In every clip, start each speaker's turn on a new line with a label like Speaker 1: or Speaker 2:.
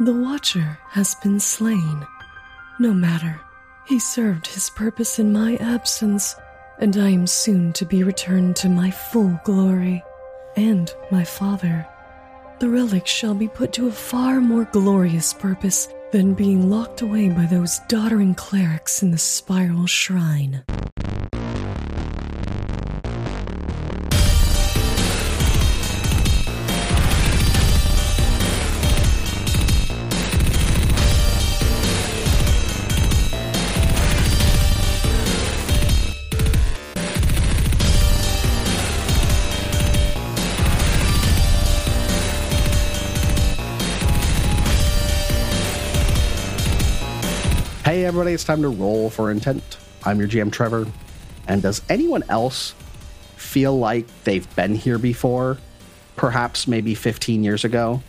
Speaker 1: The Watcher has been slain. No matter, he served his purpose in my absence, and I am soon to be returned to my full glory and my father. The relic shall be put to a far more glorious purpose than being locked away by those doddering clerics in the spiral shrine.
Speaker 2: Hey, everybody, it's time to roll for intent. I'm your GM, Trevor. And does anyone else feel like they've been here before? Perhaps maybe 15 years ago?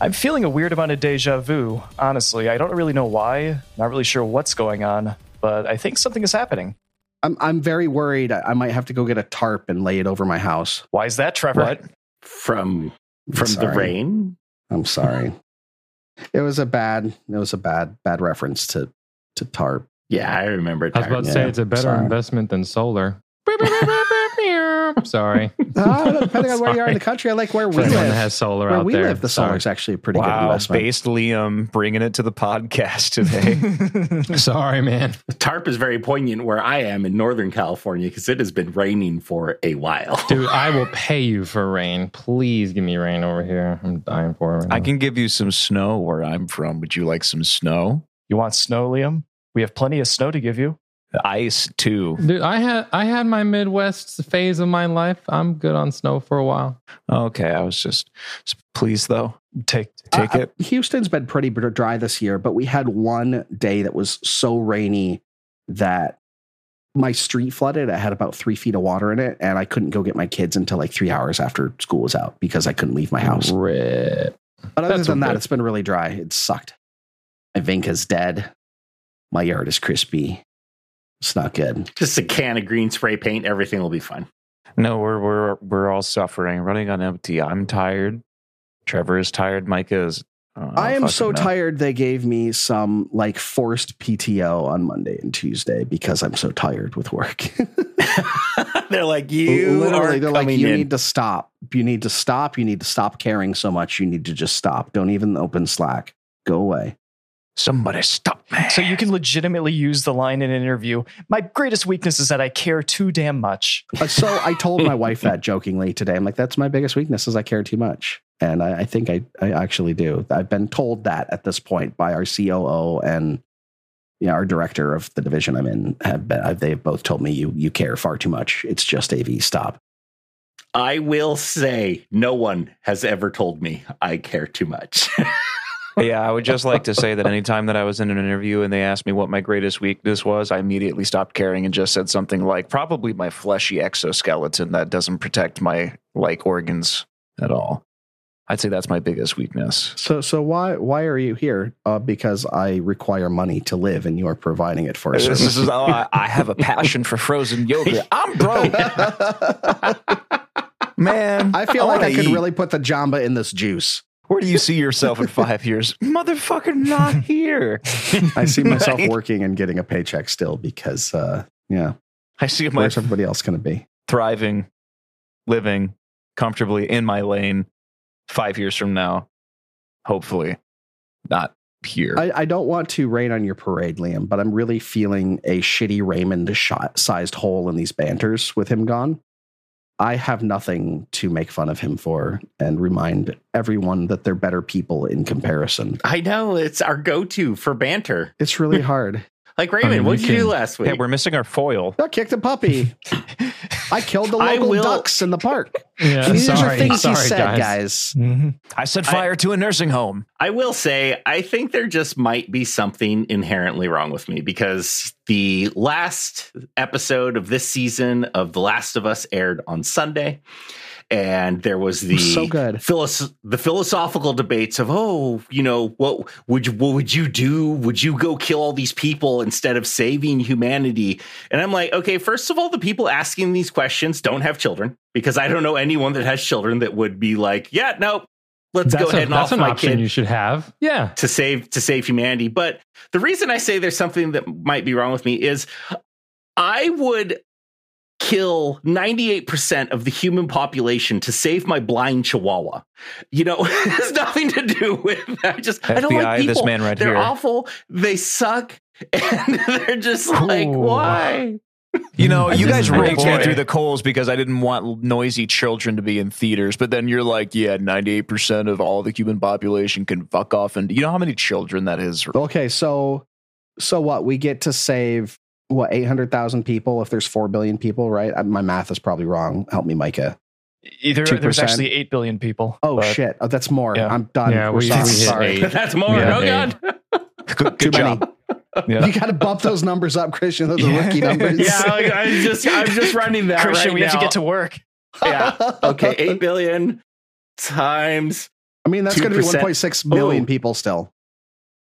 Speaker 3: I'm feeling a weird amount of deja vu, honestly. I don't really know why. Not really sure what's going on, but I think something is happening.
Speaker 2: I'm, I'm very worried. I I might have to go get a tarp and lay it over my house.
Speaker 3: Why is that, Trevor?
Speaker 4: What? From from the
Speaker 2: Sorry.
Speaker 4: rain?
Speaker 2: I'm sorry. it was a bad, it was a bad, bad reference to, to tarp.
Speaker 4: Yeah, I remember.
Speaker 5: I was about to
Speaker 4: Tyron.
Speaker 5: say it's a better
Speaker 2: Sorry.
Speaker 5: investment than solar. Sorry.
Speaker 2: Ah, depending on where you are in the country, I like where
Speaker 5: For
Speaker 2: we
Speaker 5: anyone that
Speaker 2: live.
Speaker 5: has solar
Speaker 2: where
Speaker 5: out
Speaker 2: we
Speaker 5: there.
Speaker 2: live, the
Speaker 5: Sorry.
Speaker 2: solar's actually a pretty good
Speaker 6: Wow,
Speaker 2: investment.
Speaker 6: Uh, based Liam bringing it to the podcast today.
Speaker 5: Sorry, man.
Speaker 4: tarp is very poignant where I am in Northern California because it has been raining for a while.
Speaker 5: Dude, I will pay you for rain. Please give me rain over here. I'm dying for it. Right
Speaker 6: I
Speaker 5: now.
Speaker 6: can give you some snow where I'm from. Would you like some snow?
Speaker 3: You want snow, Liam? We have plenty of snow to give you.
Speaker 6: Ice too.
Speaker 5: Dude, I had I had my Midwest phase of my life. I'm good on snow for a while.
Speaker 6: Okay, I was just please though.
Speaker 3: Take
Speaker 6: Take
Speaker 2: Uh,
Speaker 6: it.
Speaker 2: uh, Houston's been pretty br- dry this year, but we had one day that was so rainy that my street flooded. I had about three feet of water in it, and I couldn't go get my kids until like three hours after school was out because I couldn't leave my house.
Speaker 5: Rip.
Speaker 2: But other
Speaker 5: Mm-hmm. That's
Speaker 2: than that,
Speaker 5: okay.
Speaker 2: it's been really dry. It sucked. My vinca's dead. My yard is crispy. It's not good.
Speaker 4: Just a can of green spray paint, everything will be fine.
Speaker 6: No, we're we're we're all suffering, running on empty. I'm tired. Trevor is tired. Micah is. oh,
Speaker 2: I am
Speaker 6: fucking
Speaker 2: so
Speaker 6: no.
Speaker 2: tired. They gave me some like forced PTO on Monday and Tuesday because I'm so tired with work.
Speaker 4: they're like, you
Speaker 2: literally
Speaker 4: literally,
Speaker 2: they're like you
Speaker 4: in.
Speaker 2: need to stop you need to stop you need to stop caring so much you need to just stop don't even open slack go away
Speaker 6: Somebody stop me.
Speaker 3: So you can legitimately use the line in an interview. My greatest weakness is that I care too damn much.
Speaker 2: Uh, so i told my wife that jokingly today i'm like that's my biggest weakness is i care too much and i, I think I, I actually do i've been told that at this point by our coo and yeah, our director of the division i'm in have been, I've, they've both told me you you care far too much it's just av stop
Speaker 4: I will say, no one has ever told me I care too much.
Speaker 6: yeah, I would just like to say that anytime that I was in an interview and they asked me what my greatest weakness was, I immediately stopped caring and just said something like, probably my fleshy exoskeleton that doesn't protect my like organs at all. I'd say that's my biggest weakness.
Speaker 2: So, so why why are you here? Uh, because I require money to live, and you are providing it for us.
Speaker 6: This is, oh, I, I have a passion for frozen yogurt. I'm broke, man.
Speaker 2: I feel like
Speaker 6: wanna
Speaker 2: I could
Speaker 6: eat.
Speaker 2: really put the jamba in this juice.
Speaker 6: Where do you see yourself in five years? Motherfucker, not here.
Speaker 2: I see myself
Speaker 6: Right?
Speaker 2: working and getting a paycheck still because, uh, yeah,
Speaker 6: I see myself
Speaker 2: where's everybody else going to be?
Speaker 6: thriving, living comfortably in my lane five years from now. Hopefully, not here.
Speaker 2: I, I don't want to rain on your parade, Liam, but I'm really feeling a shitty Raymond shot sized hole in these banters with him gone. I have nothing to make fun of him for and remind everyone that they're better people in comparison.
Speaker 4: I know it's our go to for banter.
Speaker 2: It's really hard.
Speaker 4: Like, Raymond,
Speaker 5: mean,
Speaker 4: what
Speaker 5: we
Speaker 4: did you do
Speaker 5: can-
Speaker 4: last week?
Speaker 6: yeah, we're missing our foil.
Speaker 2: I kicked a puppy. I killed the
Speaker 4: I
Speaker 2: local
Speaker 4: will-
Speaker 2: ducks in the park.
Speaker 5: Yeah,
Speaker 2: These
Speaker 5: sorry,
Speaker 2: are things
Speaker 5: sorry,
Speaker 2: he said, guys.
Speaker 6: I set
Speaker 4: I-
Speaker 6: fire to a nursing home.
Speaker 4: I will say, I think there just might be something inherently wrong with me because the last episode of this season of The Last of Us aired on Sunday. And there was the
Speaker 2: So good.
Speaker 4: philos- the philosophical debates of oh you know what would you what would you do would you go kill all these people instead of saving humanity and I'm like okay first of all the people asking these questions don't have children because I don't know anyone that has children that would be like yeah no let's
Speaker 5: that's
Speaker 4: go ahead
Speaker 5: a,
Speaker 4: and
Speaker 5: that's
Speaker 4: off
Speaker 5: an
Speaker 4: my
Speaker 5: option
Speaker 4: kid
Speaker 5: you should have. Yeah.
Speaker 4: to save to save humanity. But the reason I say there's something that might be wrong with me is I would kill 98% of the human population to save my blind chihuahua. You know, it has nothing to do with I just I don't
Speaker 6: FBI,
Speaker 4: like people.
Speaker 6: this man right
Speaker 4: They're
Speaker 6: here.
Speaker 4: awful. They suck. And they're just like,
Speaker 5: Ooh.
Speaker 4: why?
Speaker 6: You know,
Speaker 5: This
Speaker 6: you guys
Speaker 5: is
Speaker 6: raked me
Speaker 5: boy.
Speaker 6: through the coals because I didn't want noisy children to be in theaters. But then you're like, yeah, 98% of all the human population can fuck off. And you know how many children that is?
Speaker 2: Okay, so so what? We get to save what eight hundred thousand people if there's four billion people, right? Uh, My math is probably wrong. Help me, Micah.
Speaker 3: Either there's
Speaker 2: 2%.
Speaker 3: actually eight billion people.
Speaker 2: Oh
Speaker 3: but
Speaker 2: shit! Oh, that's more.
Speaker 3: Yeah.
Speaker 2: I'm done.
Speaker 5: Yeah,
Speaker 2: We're
Speaker 5: we-
Speaker 2: sorry.
Speaker 5: we hit
Speaker 2: sorry.
Speaker 5: eight.
Speaker 4: That's more.
Speaker 5: Yeah,
Speaker 4: oh
Speaker 5: hey.
Speaker 4: god.
Speaker 6: Good,
Speaker 2: Too
Speaker 6: good
Speaker 2: many.
Speaker 6: job.
Speaker 5: Yeah.
Speaker 2: You got to bump those numbers up, Christian. Those are rookie numbers.
Speaker 4: Yeah, I, I just I'm just running that.
Speaker 3: Christian,
Speaker 4: right
Speaker 3: we have to
Speaker 4: now.
Speaker 3: get to work.
Speaker 4: yeah. Okay, eight billion times.
Speaker 2: I mean, that's going to be
Speaker 4: 2%.
Speaker 2: 1.6 million
Speaker 4: Oh.
Speaker 2: people still,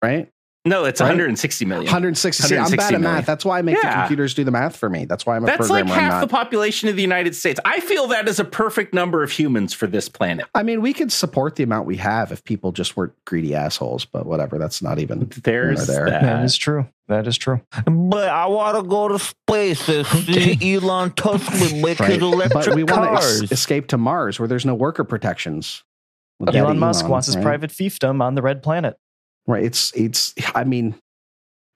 Speaker 2: right?
Speaker 4: No, it's
Speaker 2: Right?
Speaker 4: 160 million.
Speaker 2: 160. See, I'm
Speaker 4: 160
Speaker 2: bad at
Speaker 4: million.
Speaker 2: math. That's why I make the
Speaker 4: Yeah.
Speaker 2: computers do the math for me. That's why I'm a
Speaker 4: That's like
Speaker 2: programmer. I'm
Speaker 4: half
Speaker 2: not-
Speaker 4: the population of the United States. I feel that is a perfect number of humans for this planet.
Speaker 2: I mean, we could support the amount we have if people just weren't greedy assholes, but whatever. That's not even.
Speaker 4: There's
Speaker 2: Over there.
Speaker 4: that.
Speaker 3: that is true. That is true.
Speaker 6: But I want to go to space and see Elon Tusk with like
Speaker 2: Right? But we want to escape to Mars where there's no worker protections. With Daddy
Speaker 3: Elon Musk wants his
Speaker 2: right?
Speaker 3: private fiefdom on the red planet.
Speaker 2: Right. It's, it's, I mean,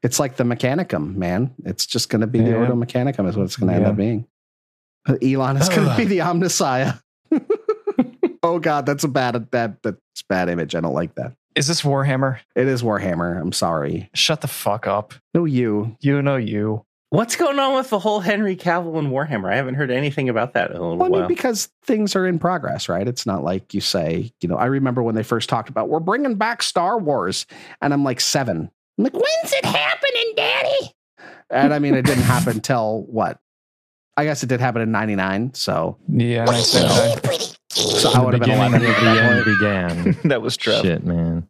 Speaker 2: it's like the Mechanicum, man. It's just going to be the
Speaker 3: Yeah.
Speaker 2: Ordo Mechanicum, is what it's going to end
Speaker 3: Yeah.
Speaker 2: up being. But Elon is going to
Speaker 3: Ugh.
Speaker 2: be the Omnissiah. oh, God. That's a bad, bad, that's a bad image. I don't like that.
Speaker 3: Is this Warhammer?
Speaker 2: It is Warhammer. I'm sorry.
Speaker 3: Shut the fuck up.
Speaker 2: No, you.
Speaker 3: You know you.
Speaker 4: What's going on with the whole Henry Cavill and Warhammer? I haven't heard anything about that in a little
Speaker 2: Well, I mean,
Speaker 4: while.
Speaker 2: because things are in progress, right? It's not like you say, you know, I remember when they first talked about we're bringing back Star Wars, and I'm like seven. I'm like, when's it happening, Daddy? And I mean, it didn't happen till what? I guess it did happen in '99. So,
Speaker 3: Yeah. I said that.
Speaker 2: so I would have been
Speaker 5: Beginning of
Speaker 2: eleven. at that point.
Speaker 5: the end began.
Speaker 6: that was Trev.
Speaker 5: Shit, man.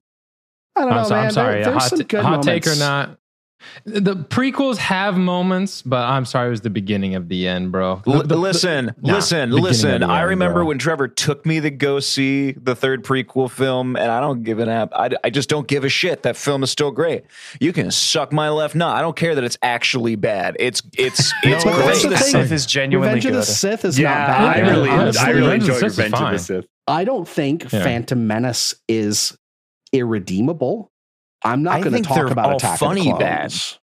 Speaker 2: I don't know,
Speaker 5: I'm, so-
Speaker 2: man.
Speaker 5: I'm
Speaker 2: There-
Speaker 5: sorry.
Speaker 2: there's
Speaker 5: hot
Speaker 2: some
Speaker 5: t-
Speaker 2: good
Speaker 5: hot take or
Speaker 2: moments.
Speaker 5: not. The prequels have moments, but I'm sorry, it was the beginning of the end, bro.
Speaker 6: L-
Speaker 5: The- the-
Speaker 6: listen,
Speaker 5: Nah,
Speaker 6: listen,
Speaker 5: beginning of
Speaker 6: listen.
Speaker 5: the
Speaker 6: I
Speaker 5: end,
Speaker 6: remember
Speaker 5: bro.
Speaker 6: when Trevor took me to go see the third prequel film, and I don't give an app. I, I just don't give a shit. That film is still great. You can suck my left nut. I don't care that it's actually bad. It's it's it's
Speaker 2: but
Speaker 6: great.
Speaker 2: that's the
Speaker 3: the
Speaker 2: thing.
Speaker 3: Sith is genuinely
Speaker 2: Revenge of the
Speaker 3: good.
Speaker 2: Sith is not
Speaker 4: yeah,
Speaker 2: bad.
Speaker 4: I
Speaker 5: Yeah,
Speaker 4: really,
Speaker 5: honestly,
Speaker 4: I really
Speaker 5: Revenge of the
Speaker 4: enjoyed
Speaker 5: Sith is
Speaker 4: Revenge of
Speaker 5: fine.
Speaker 4: the Sith.
Speaker 2: I don't think
Speaker 5: Yeah.
Speaker 2: Phantom Menace is irredeemable. I'm
Speaker 6: I
Speaker 2: not going to
Speaker 6: think
Speaker 2: talk
Speaker 6: they're
Speaker 2: about
Speaker 6: all
Speaker 2: Attack
Speaker 6: funny
Speaker 2: of the
Speaker 6: bad.
Speaker 2: Clones.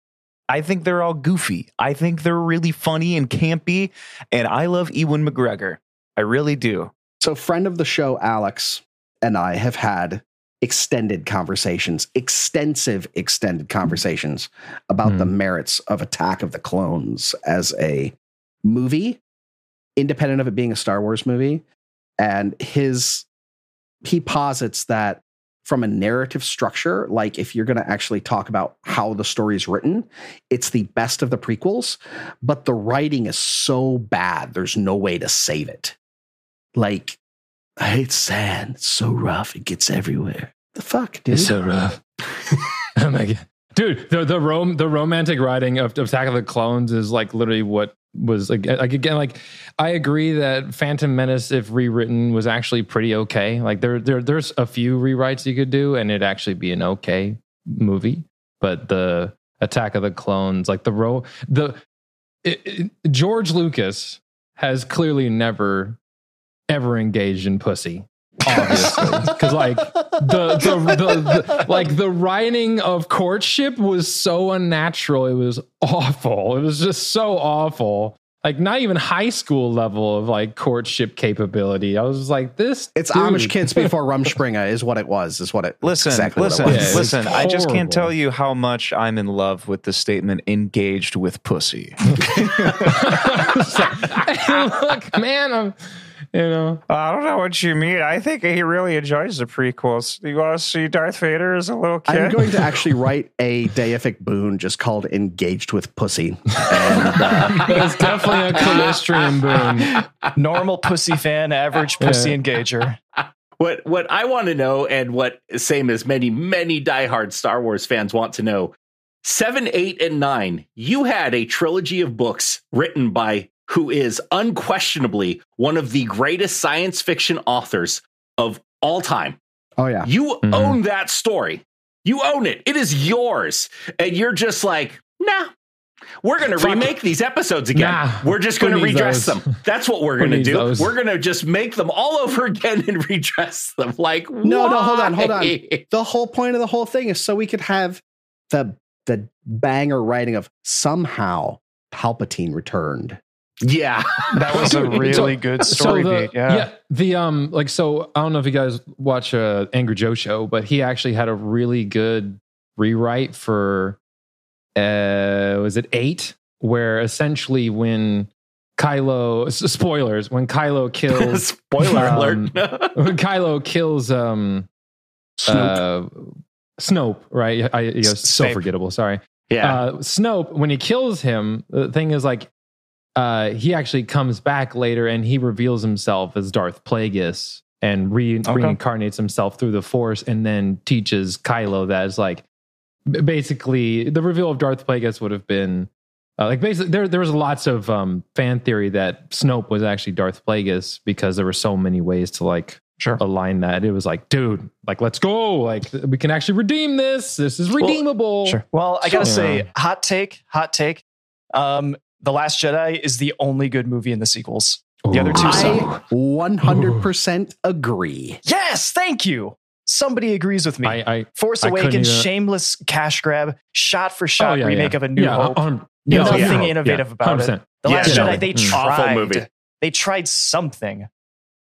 Speaker 6: I think they're all goofy. I think they're really funny and campy, and I love Ewan McGregor. I really do.
Speaker 2: So, friend of the show, Alex, and I have had extended conversations, extensive extended conversations about
Speaker 5: Hmm.
Speaker 2: the merits of Attack of the Clones as a movie, independent of it being a Star Wars movie. And his, he posits that from a narrative structure, like if you're going to actually talk about how the story is written, it's the best of the prequels, but the writing is so bad, there's no way to save it. Like, I hate sand. It's so rough. It gets everywhere. The fuck, dude.
Speaker 5: rough. oh my god, dude! The the rom the romantic writing of, of Attack of the Clones is like literally what was like, like again like I agree that Phantom Menace, if rewritten, was actually pretty okay. Like there there there's a few rewrites you could do, and it'd actually be an okay movie. But the Attack of the Clones, like the ro the it, it- George Lucas has clearly never ever engaged in pussy obviously because like the, the, the, the like the writing of courtship was so unnatural it was awful it was just so awful like not even high school level of like courtship capability i was just like this
Speaker 2: it's
Speaker 5: dude-
Speaker 2: Amish kids before Rumspringa is what it was. Is what it.
Speaker 6: Listen,
Speaker 2: exactly
Speaker 6: listen,
Speaker 2: What it
Speaker 5: Yeah,
Speaker 2: was.
Speaker 5: it's
Speaker 6: listen. I just
Speaker 5: horrible.
Speaker 6: can't tell you how much I'm in love with the statement engaged with pussy.
Speaker 5: I was like, look man i'm you know
Speaker 6: Uh, I don't know what you mean. I think he really enjoys the prequels. You want to see Darth Vader as a little
Speaker 2: I'm going to actually write a deific boon just called "Engaged with Pussy." And, uh,
Speaker 5: it's definitely a cloistrium boom
Speaker 3: Normal pussy fan, average pussy engager.
Speaker 4: What what I want to know, and what same as many many diehard Star Wars fans want to know, seven, eight, and nine. You had a trilogy of books written by who is unquestionably one of the greatest science fiction authors of all time.
Speaker 2: Oh yeah.
Speaker 4: You
Speaker 5: Mhm.
Speaker 4: own that story. You own it. It is yours. And you're just like, nah. We're going to
Speaker 5: Fuck
Speaker 4: remake these episodes again.
Speaker 5: Nah.
Speaker 4: we're just
Speaker 5: Who
Speaker 4: going to
Speaker 5: needs
Speaker 4: redress
Speaker 5: those?
Speaker 4: them. That's what we're
Speaker 5: Who
Speaker 4: going to
Speaker 5: needs
Speaker 4: do.
Speaker 5: those?
Speaker 4: We're going to just make them all over again and redress them. Like,
Speaker 2: No, no, hold on, hold on.
Speaker 4: why?
Speaker 2: The whole point of the whole thing is so we could have the the banger writing of somehow Palpatine returned.
Speaker 4: Yeah.
Speaker 3: That was a really good story
Speaker 5: the,
Speaker 3: beat. Yeah.
Speaker 5: the um like so I don't know if you guys watch uh Angry Joe show, but he actually had a really good rewrite for uh was it eight? Where essentially when Kylo s- spoilers, when Kylo kills
Speaker 4: Spoiler
Speaker 5: Oh. Um,
Speaker 4: alert.
Speaker 5: when Kylo kills um Snope, uh, Snope right? I, I, you know, so
Speaker 4: Snape.
Speaker 5: forgettable, sorry
Speaker 4: yeah.
Speaker 5: uh, Snope, when he kills him, the thing is like uh, he actually comes back later and he reveals himself as Darth Plagueis and re-
Speaker 3: Okay.
Speaker 5: reincarnates himself through the Force and then teaches Kylo that is like b- basically the reveal of Darth Plagueis would have been uh, like basically there there was lots of um, fan theory that Snope was actually Darth Plagueis because there were so many ways to like
Speaker 3: Sure.
Speaker 5: align that it was like dude like let's go like we can actually redeem this this is redeemable
Speaker 3: Sure. Well, I gotta
Speaker 5: Yeah.
Speaker 3: say, hot take, hot take. Um, the Last Jedi is the only good movie in the sequels. The other two
Speaker 5: Ooh.
Speaker 3: suck.
Speaker 2: I 100% agree.
Speaker 3: Yes, thank you. Somebody agrees with me.
Speaker 5: I, I
Speaker 3: Force
Speaker 5: I couldn't
Speaker 3: Awakens,
Speaker 5: even-
Speaker 3: shameless cash grab, shot for shot
Speaker 5: Oh, yeah,
Speaker 3: remake
Speaker 5: yeah.
Speaker 3: of A New
Speaker 5: yeah,
Speaker 3: Hope.
Speaker 5: um,
Speaker 4: Yeah,
Speaker 5: yeah,
Speaker 4: nothing
Speaker 5: yeah.
Speaker 3: innovative
Speaker 5: Yeah,
Speaker 3: about it.
Speaker 5: 100%.
Speaker 3: the
Speaker 4: Yeah,
Speaker 3: Last
Speaker 5: no.
Speaker 3: Jedi, they
Speaker 5: Mm.
Speaker 3: tried.
Speaker 4: Awful movie.
Speaker 3: They tried something.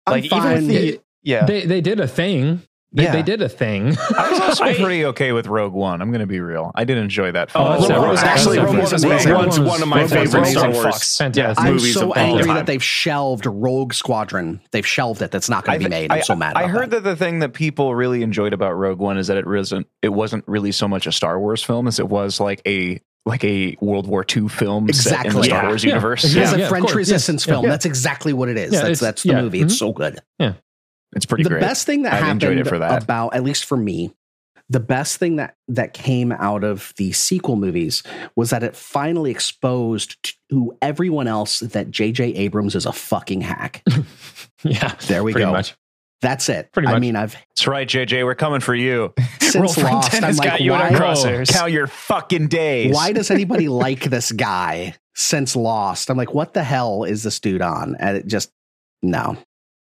Speaker 2: I'm
Speaker 3: Like, even
Speaker 2: fine.
Speaker 3: if the-
Speaker 5: They-
Speaker 3: Yeah.
Speaker 5: They they did a thing. They,
Speaker 3: Yeah.
Speaker 5: they did a thing.
Speaker 6: I was also
Speaker 4: I-
Speaker 6: pretty okay with Rogue One. I'm going to be real. I did enjoy that.
Speaker 5: Oh,
Speaker 6: film.
Speaker 5: that's
Speaker 6: Rogue
Speaker 5: separate.
Speaker 6: One was
Speaker 5: That's
Speaker 6: actually
Speaker 5: separate.
Speaker 6: Rogue One was
Speaker 2: Rogue
Speaker 6: amazing.
Speaker 2: One
Speaker 4: Rogue's one of my
Speaker 2: Rogue One's
Speaker 4: favorite
Speaker 2: amazing.
Speaker 4: Star
Speaker 3: Rogue One's
Speaker 4: Wars.
Speaker 3: Fox.
Speaker 5: Fantastic.
Speaker 2: I'm
Speaker 4: movies
Speaker 2: so
Speaker 4: of all
Speaker 2: angry
Speaker 4: time.
Speaker 2: that they've shelved Rogue Squadron. They've shelved it. That's not going to be
Speaker 6: thi-
Speaker 2: made. I'm so mad.
Speaker 6: I
Speaker 2: about
Speaker 6: heard that. the thing that people really enjoyed about Rogue One is that it wasn't it wasn't really so much a Star Wars film as it was like a like a World War II film set in the
Speaker 2: Exactly.
Speaker 6: Star
Speaker 4: Yeah.
Speaker 6: Wars
Speaker 5: Yeah.
Speaker 6: universe.
Speaker 5: Yeah.
Speaker 2: It's a
Speaker 5: of
Speaker 2: French
Speaker 5: course. Yes.
Speaker 2: resistance
Speaker 5: Yeah.
Speaker 2: film.
Speaker 5: Yeah.
Speaker 2: That's exactly what it is.
Speaker 5: Yeah,
Speaker 2: that's
Speaker 5: it's-
Speaker 2: that's the
Speaker 5: yeah. Mm-hmm.
Speaker 2: movie. It's so good.
Speaker 6: It's pretty
Speaker 2: the
Speaker 6: great.
Speaker 2: best thing that
Speaker 6: I enjoyed
Speaker 2: happened
Speaker 6: it for that.
Speaker 2: about at least for me the best thing that that came out of the sequel movies was that it finally exposed to everyone else that jj abrams is a fucking hack
Speaker 5: yeah.
Speaker 2: There we
Speaker 5: pretty
Speaker 2: go.
Speaker 5: Much.
Speaker 2: that's it
Speaker 5: Pretty
Speaker 2: i
Speaker 5: much.
Speaker 2: mean i've
Speaker 6: That's right, JJ. We're coming for you.
Speaker 2: since
Speaker 3: Roll
Speaker 2: lost i'm
Speaker 3: has
Speaker 2: like
Speaker 3: got you in our
Speaker 5: why-
Speaker 3: crosshairs.
Speaker 6: Count your fucking days.
Speaker 2: why does anybody like this guy since lost i'm like what the hell is this dude on and it just no
Speaker 6: I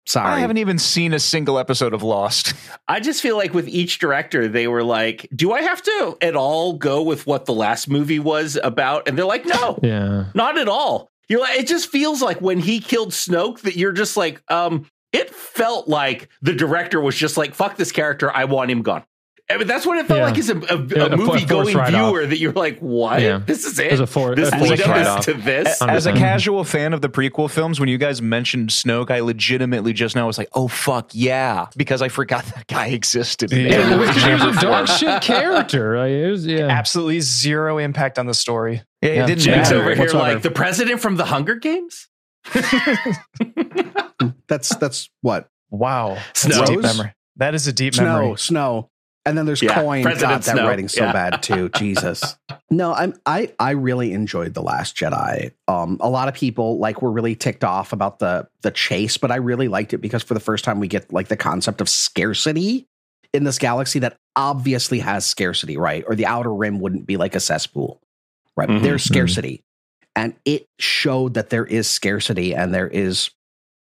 Speaker 2: sorry
Speaker 6: haven't even seen a single episode of Lost.
Speaker 4: I just feel like with each director, they were like, do I have to at all go with what the last movie was about? And they're like, no,
Speaker 5: Yeah.
Speaker 4: not at all. You're like, it just feels like when he killed Snoke that you're just like, um, it felt like the director was just like, fuck this character, I want him gone. I mean, that's what it felt
Speaker 5: Yeah.
Speaker 4: like as a,
Speaker 5: Yeah, a fo- a
Speaker 4: movie going
Speaker 5: forced write-off.
Speaker 4: viewer that you're like, what?
Speaker 5: Yeah.
Speaker 4: This is
Speaker 5: There's
Speaker 4: it.
Speaker 5: a four.
Speaker 4: this
Speaker 5: a
Speaker 6: forced
Speaker 4: lead
Speaker 5: forced
Speaker 4: up
Speaker 6: write-off.
Speaker 4: is to this.
Speaker 5: Uh,
Speaker 6: As a
Speaker 5: 100%.
Speaker 6: casual fan of the prequel films, when you guys mentioned Snoke, I legitimately just now was like, "Oh fuck yeah!" because I forgot that guy existed. in
Speaker 5: Yeah,
Speaker 6: every
Speaker 5: well, 'cause he was
Speaker 6: chamber
Speaker 5: a dark
Speaker 6: form.
Speaker 5: shit character. Like, it was, yeah.
Speaker 3: Absolutely zero impact on the story.
Speaker 6: Yeah, it
Speaker 3: Yeah.
Speaker 6: didn't
Speaker 4: Jake's
Speaker 6: matter.
Speaker 4: over here
Speaker 2: whatsoever.
Speaker 4: like the president from the Hunger Games?
Speaker 2: that's that's what
Speaker 3: Wow. That's
Speaker 4: Snow.
Speaker 3: a deep
Speaker 2: Rose?
Speaker 3: memory. That is a deep
Speaker 2: snow,
Speaker 3: memory.
Speaker 2: snow, and then there's
Speaker 4: Yeah,
Speaker 2: coin.
Speaker 4: President
Speaker 2: God, that
Speaker 4: Snow.
Speaker 2: writing so
Speaker 4: Yeah.
Speaker 2: bad too. Jesus. No, I'm I I really enjoyed the Last Jedi. Um, a lot of people like were really ticked off about the the chase, but I really liked it because for the first time we get like the concept of scarcity in this galaxy that obviously has scarcity, right? Or the outer rim wouldn't be like a cesspool, right?
Speaker 5: Mm-hmm,
Speaker 4: Mhm.
Speaker 2: There's scarcity, and it showed that there is scarcity and there is,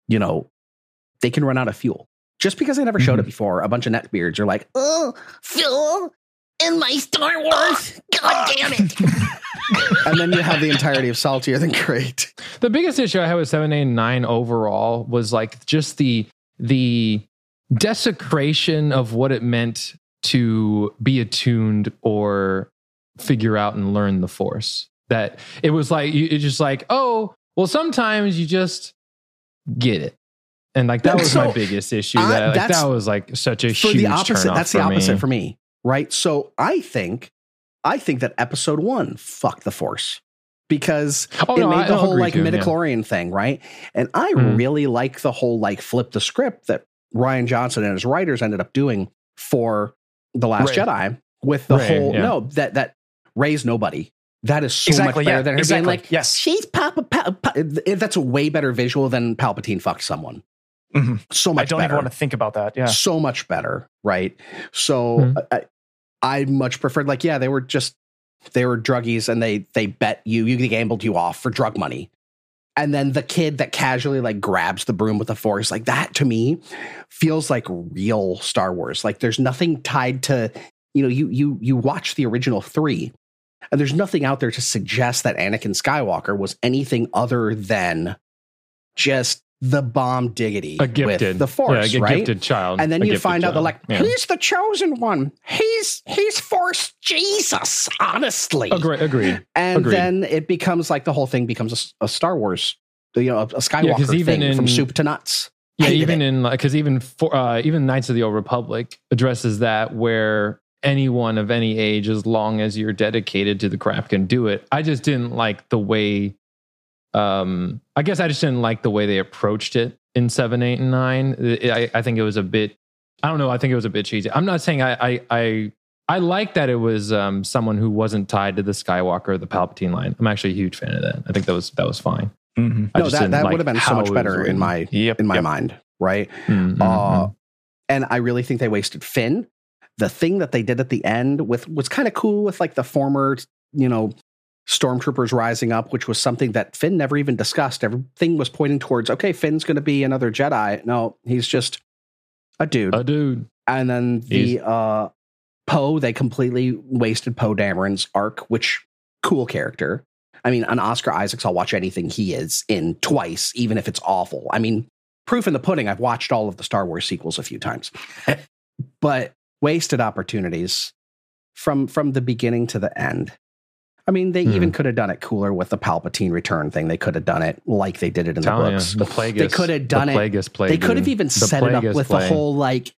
Speaker 2: you know, they can run out of fuel just because they never showed it
Speaker 5: Mm-hmm.
Speaker 2: before, a bunch of neckbeards are like, oh, Phil in my Star Wars. God damn it. and then you have the entirety of Saltier Than Great.
Speaker 5: The biggest issue I had with seven, eight, and nine overall was like just the the desecration of what it meant to be attuned or figure out and learn the force. That it was like you it's just like, oh, well, sometimes you just get it. And like that was my
Speaker 2: So,
Speaker 5: biggest issue.
Speaker 2: I-
Speaker 5: That, like,
Speaker 2: that's-
Speaker 5: that was like such a
Speaker 2: For
Speaker 5: huge
Speaker 2: the opposite,
Speaker 5: turnoff
Speaker 2: that's the
Speaker 5: for me.
Speaker 2: opposite for me, right? So I think, I think that episode one, fuck the Force. Because
Speaker 5: Oh,
Speaker 2: it
Speaker 5: no,
Speaker 2: made
Speaker 5: I-
Speaker 2: the
Speaker 5: I'll
Speaker 2: whole
Speaker 5: agree
Speaker 2: like
Speaker 5: with you, yeah.
Speaker 2: midichlorian thing right and i
Speaker 5: Mm.
Speaker 2: really like the whole like flip the script that ryan johnson and his writers ended up doing for the last
Speaker 5: Ray.
Speaker 2: jedi with the
Speaker 5: Ray,
Speaker 2: whole
Speaker 5: yeah.
Speaker 2: no that that raise nobody that is so
Speaker 3: exactly.
Speaker 2: much better
Speaker 3: Yeah.
Speaker 2: than her
Speaker 3: exactly.
Speaker 2: being like
Speaker 3: yes.
Speaker 2: she's papa pa- Pa-" that's a way better visual than palpatine fucked someone
Speaker 3: Mhm.
Speaker 2: So much
Speaker 3: I don't
Speaker 2: better.
Speaker 3: even want to think about that. Yeah.
Speaker 2: so much better, right? So
Speaker 5: Mhm.
Speaker 2: I, I much preferred like yeah, they were just they were druggies and they they bet you you gambled you off for drug money. And then the kid that casually like grabs the broom with a force like that to me feels like real Star Wars. Like there's nothing tied to you know you you you watch the original 3 and there's nothing out there to suggest that Anakin Skywalker was anything other than just the bomb diggity
Speaker 5: a gifted,
Speaker 2: with the force,
Speaker 5: yeah, a
Speaker 2: right?
Speaker 5: gifted child,
Speaker 2: And then
Speaker 5: a
Speaker 2: you
Speaker 5: gifted
Speaker 2: find out
Speaker 5: child.
Speaker 2: they're like,
Speaker 5: Yeah.
Speaker 2: he's the chosen one. He's he's force Jesus, honestly.
Speaker 5: Agre- agreed.
Speaker 2: And
Speaker 5: agreed.
Speaker 2: then it becomes like the whole thing becomes a s- a, Star Wars, you know, a, a Skywalker
Speaker 5: even
Speaker 2: thing from
Speaker 5: in-
Speaker 2: soup to nuts.
Speaker 5: Yeah,
Speaker 2: Hated
Speaker 5: even in like because even for uh, even Knights of the Old Republic addresses that where anyone of any age, as long as you're dedicated to the craft, can do it. I just didn't like the way. Um, I guess I just didn't like the way they approached it in seven, eight, and nine. I, I think it was a bit. I don't know. I think it was a bit cheesy. I'm not saying I I I, I like that it was um, someone who wasn't tied to the Skywalker or the Palpatine line. I'm actually a huge fan of that. I think that was that was fine.
Speaker 3: Mm-hmm.
Speaker 6: Mhm.
Speaker 5: I
Speaker 2: no,
Speaker 5: just
Speaker 2: that,
Speaker 5: didn't
Speaker 2: that
Speaker 5: like
Speaker 2: would have been so
Speaker 5: how
Speaker 2: much
Speaker 5: it was
Speaker 2: better in
Speaker 5: written.
Speaker 2: my
Speaker 3: Yep.
Speaker 2: in my
Speaker 3: yep.
Speaker 2: mind, right?
Speaker 5: Mm, mm, mm.
Speaker 2: Uh, and I really think they wasted Finn. The thing that they did at the end with was kind of cool with like the former, you know, stormtroopers rising up, which was something that Finn never even discussed. Everything was pointing towards, okay, Finn's going to be another Jedi. No, he's just a dude.
Speaker 5: a Oh, dude.
Speaker 2: and then the
Speaker 5: he's-
Speaker 2: uh, Poe, they completely wasted Poe Dameron's arc, which cool character. I mean, on Oscar Isaacs, I'll watch anything he is in twice, even if it's awful. I mean, proof in the pudding, I've watched all of the Star Wars sequels a few times. but wasted opportunities from from the beginning to the end. I mean, they
Speaker 5: Hmm.
Speaker 2: even could have done it cooler with the Palpatine return thing. They could have done it like they did it in the
Speaker 5: Talia,
Speaker 2: books.
Speaker 5: the Plagueis.
Speaker 2: They could have done
Speaker 5: the
Speaker 2: it-
Speaker 5: Plagueis plague.
Speaker 2: They could have
Speaker 5: dude.
Speaker 2: even
Speaker 5: The
Speaker 2: set it up
Speaker 5: Plagueis
Speaker 2: with the
Speaker 5: plague.
Speaker 2: whole like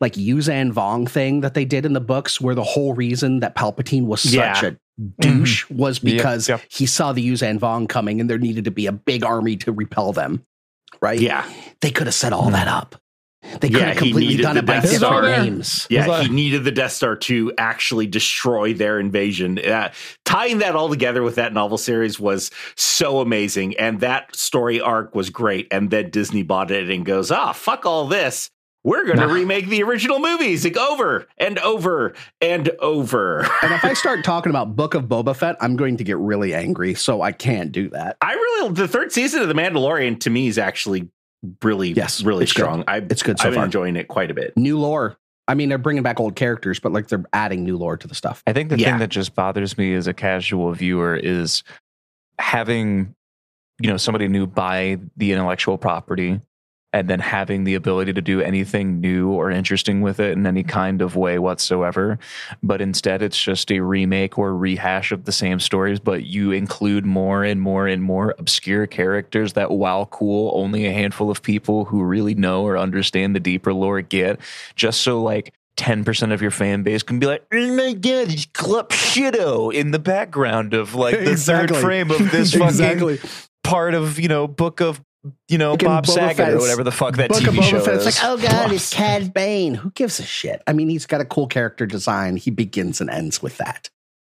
Speaker 2: like Yuzan Vong thing that they did in the books, where the whole reason that Palpatine was such
Speaker 4: Yeah. Mm-hmm.
Speaker 2: a douche was
Speaker 6: Yep,
Speaker 2: because
Speaker 3: yep.
Speaker 2: he saw the Yuzan Vong coming and there needed to be a big army to repel them. Right?
Speaker 4: Yeah.
Speaker 2: They could have set all that up. They could
Speaker 4: Yeah,
Speaker 2: have
Speaker 4: he
Speaker 2: completely
Speaker 4: needed
Speaker 2: done
Speaker 4: the
Speaker 2: it by
Speaker 4: Death
Speaker 2: different
Speaker 5: Star.
Speaker 2: names.
Speaker 4: Yeah,
Speaker 5: Was
Speaker 4: he
Speaker 5: I-
Speaker 4: needed the Death Star to actually destroy their invasion. Uh, tying that all together with that novel series was so amazing, and that story arc was great. And then Disney bought it and goes, "Ah, fuck all this. We're going to
Speaker 5: Nah.
Speaker 4: remake the original movies like, over and over and over."
Speaker 2: And if I start talking about Book of Boba Fett, I'm going to get really angry. So I can't do that.
Speaker 4: I really the third season of The Mandalorian to me is actually really,
Speaker 2: Yes,
Speaker 4: really
Speaker 2: it's good.
Speaker 4: strong. I,
Speaker 2: It's good so
Speaker 4: I'm
Speaker 2: far.
Speaker 4: enjoying it quite a bit.
Speaker 2: new lore. I mean, they're bringing back old characters, but like they're adding new lore to the stuff.
Speaker 6: I think the
Speaker 4: Yeah.
Speaker 6: thing that just bothers me as a casual viewer is having, you know, somebody new buy the intellectual property and then having the ability to do anything new or interesting with it in any kind of way whatsoever. But instead, it's just a remake or rehash of the same stories, but you include more and more and more obscure characters that, while cool, only a handful of people who really know or understand the deeper lore get, just so like 10% of your fan base can be like, oh my god, it's Club Shido in the background of like the
Speaker 2: Exactly.
Speaker 6: third frame of this fucking part of you know book of you know
Speaker 2: Like in
Speaker 6: Bob
Speaker 2: Boba
Speaker 6: Saget or
Speaker 2: Fett's-
Speaker 6: whatever the fuck that
Speaker 2: Book of
Speaker 6: TV show
Speaker 2: Boba Fett's
Speaker 6: is.
Speaker 2: like, oh god, it's Cad Bane. Who gives a shit? I mean, he's got a cool character design. He begins and ends with that.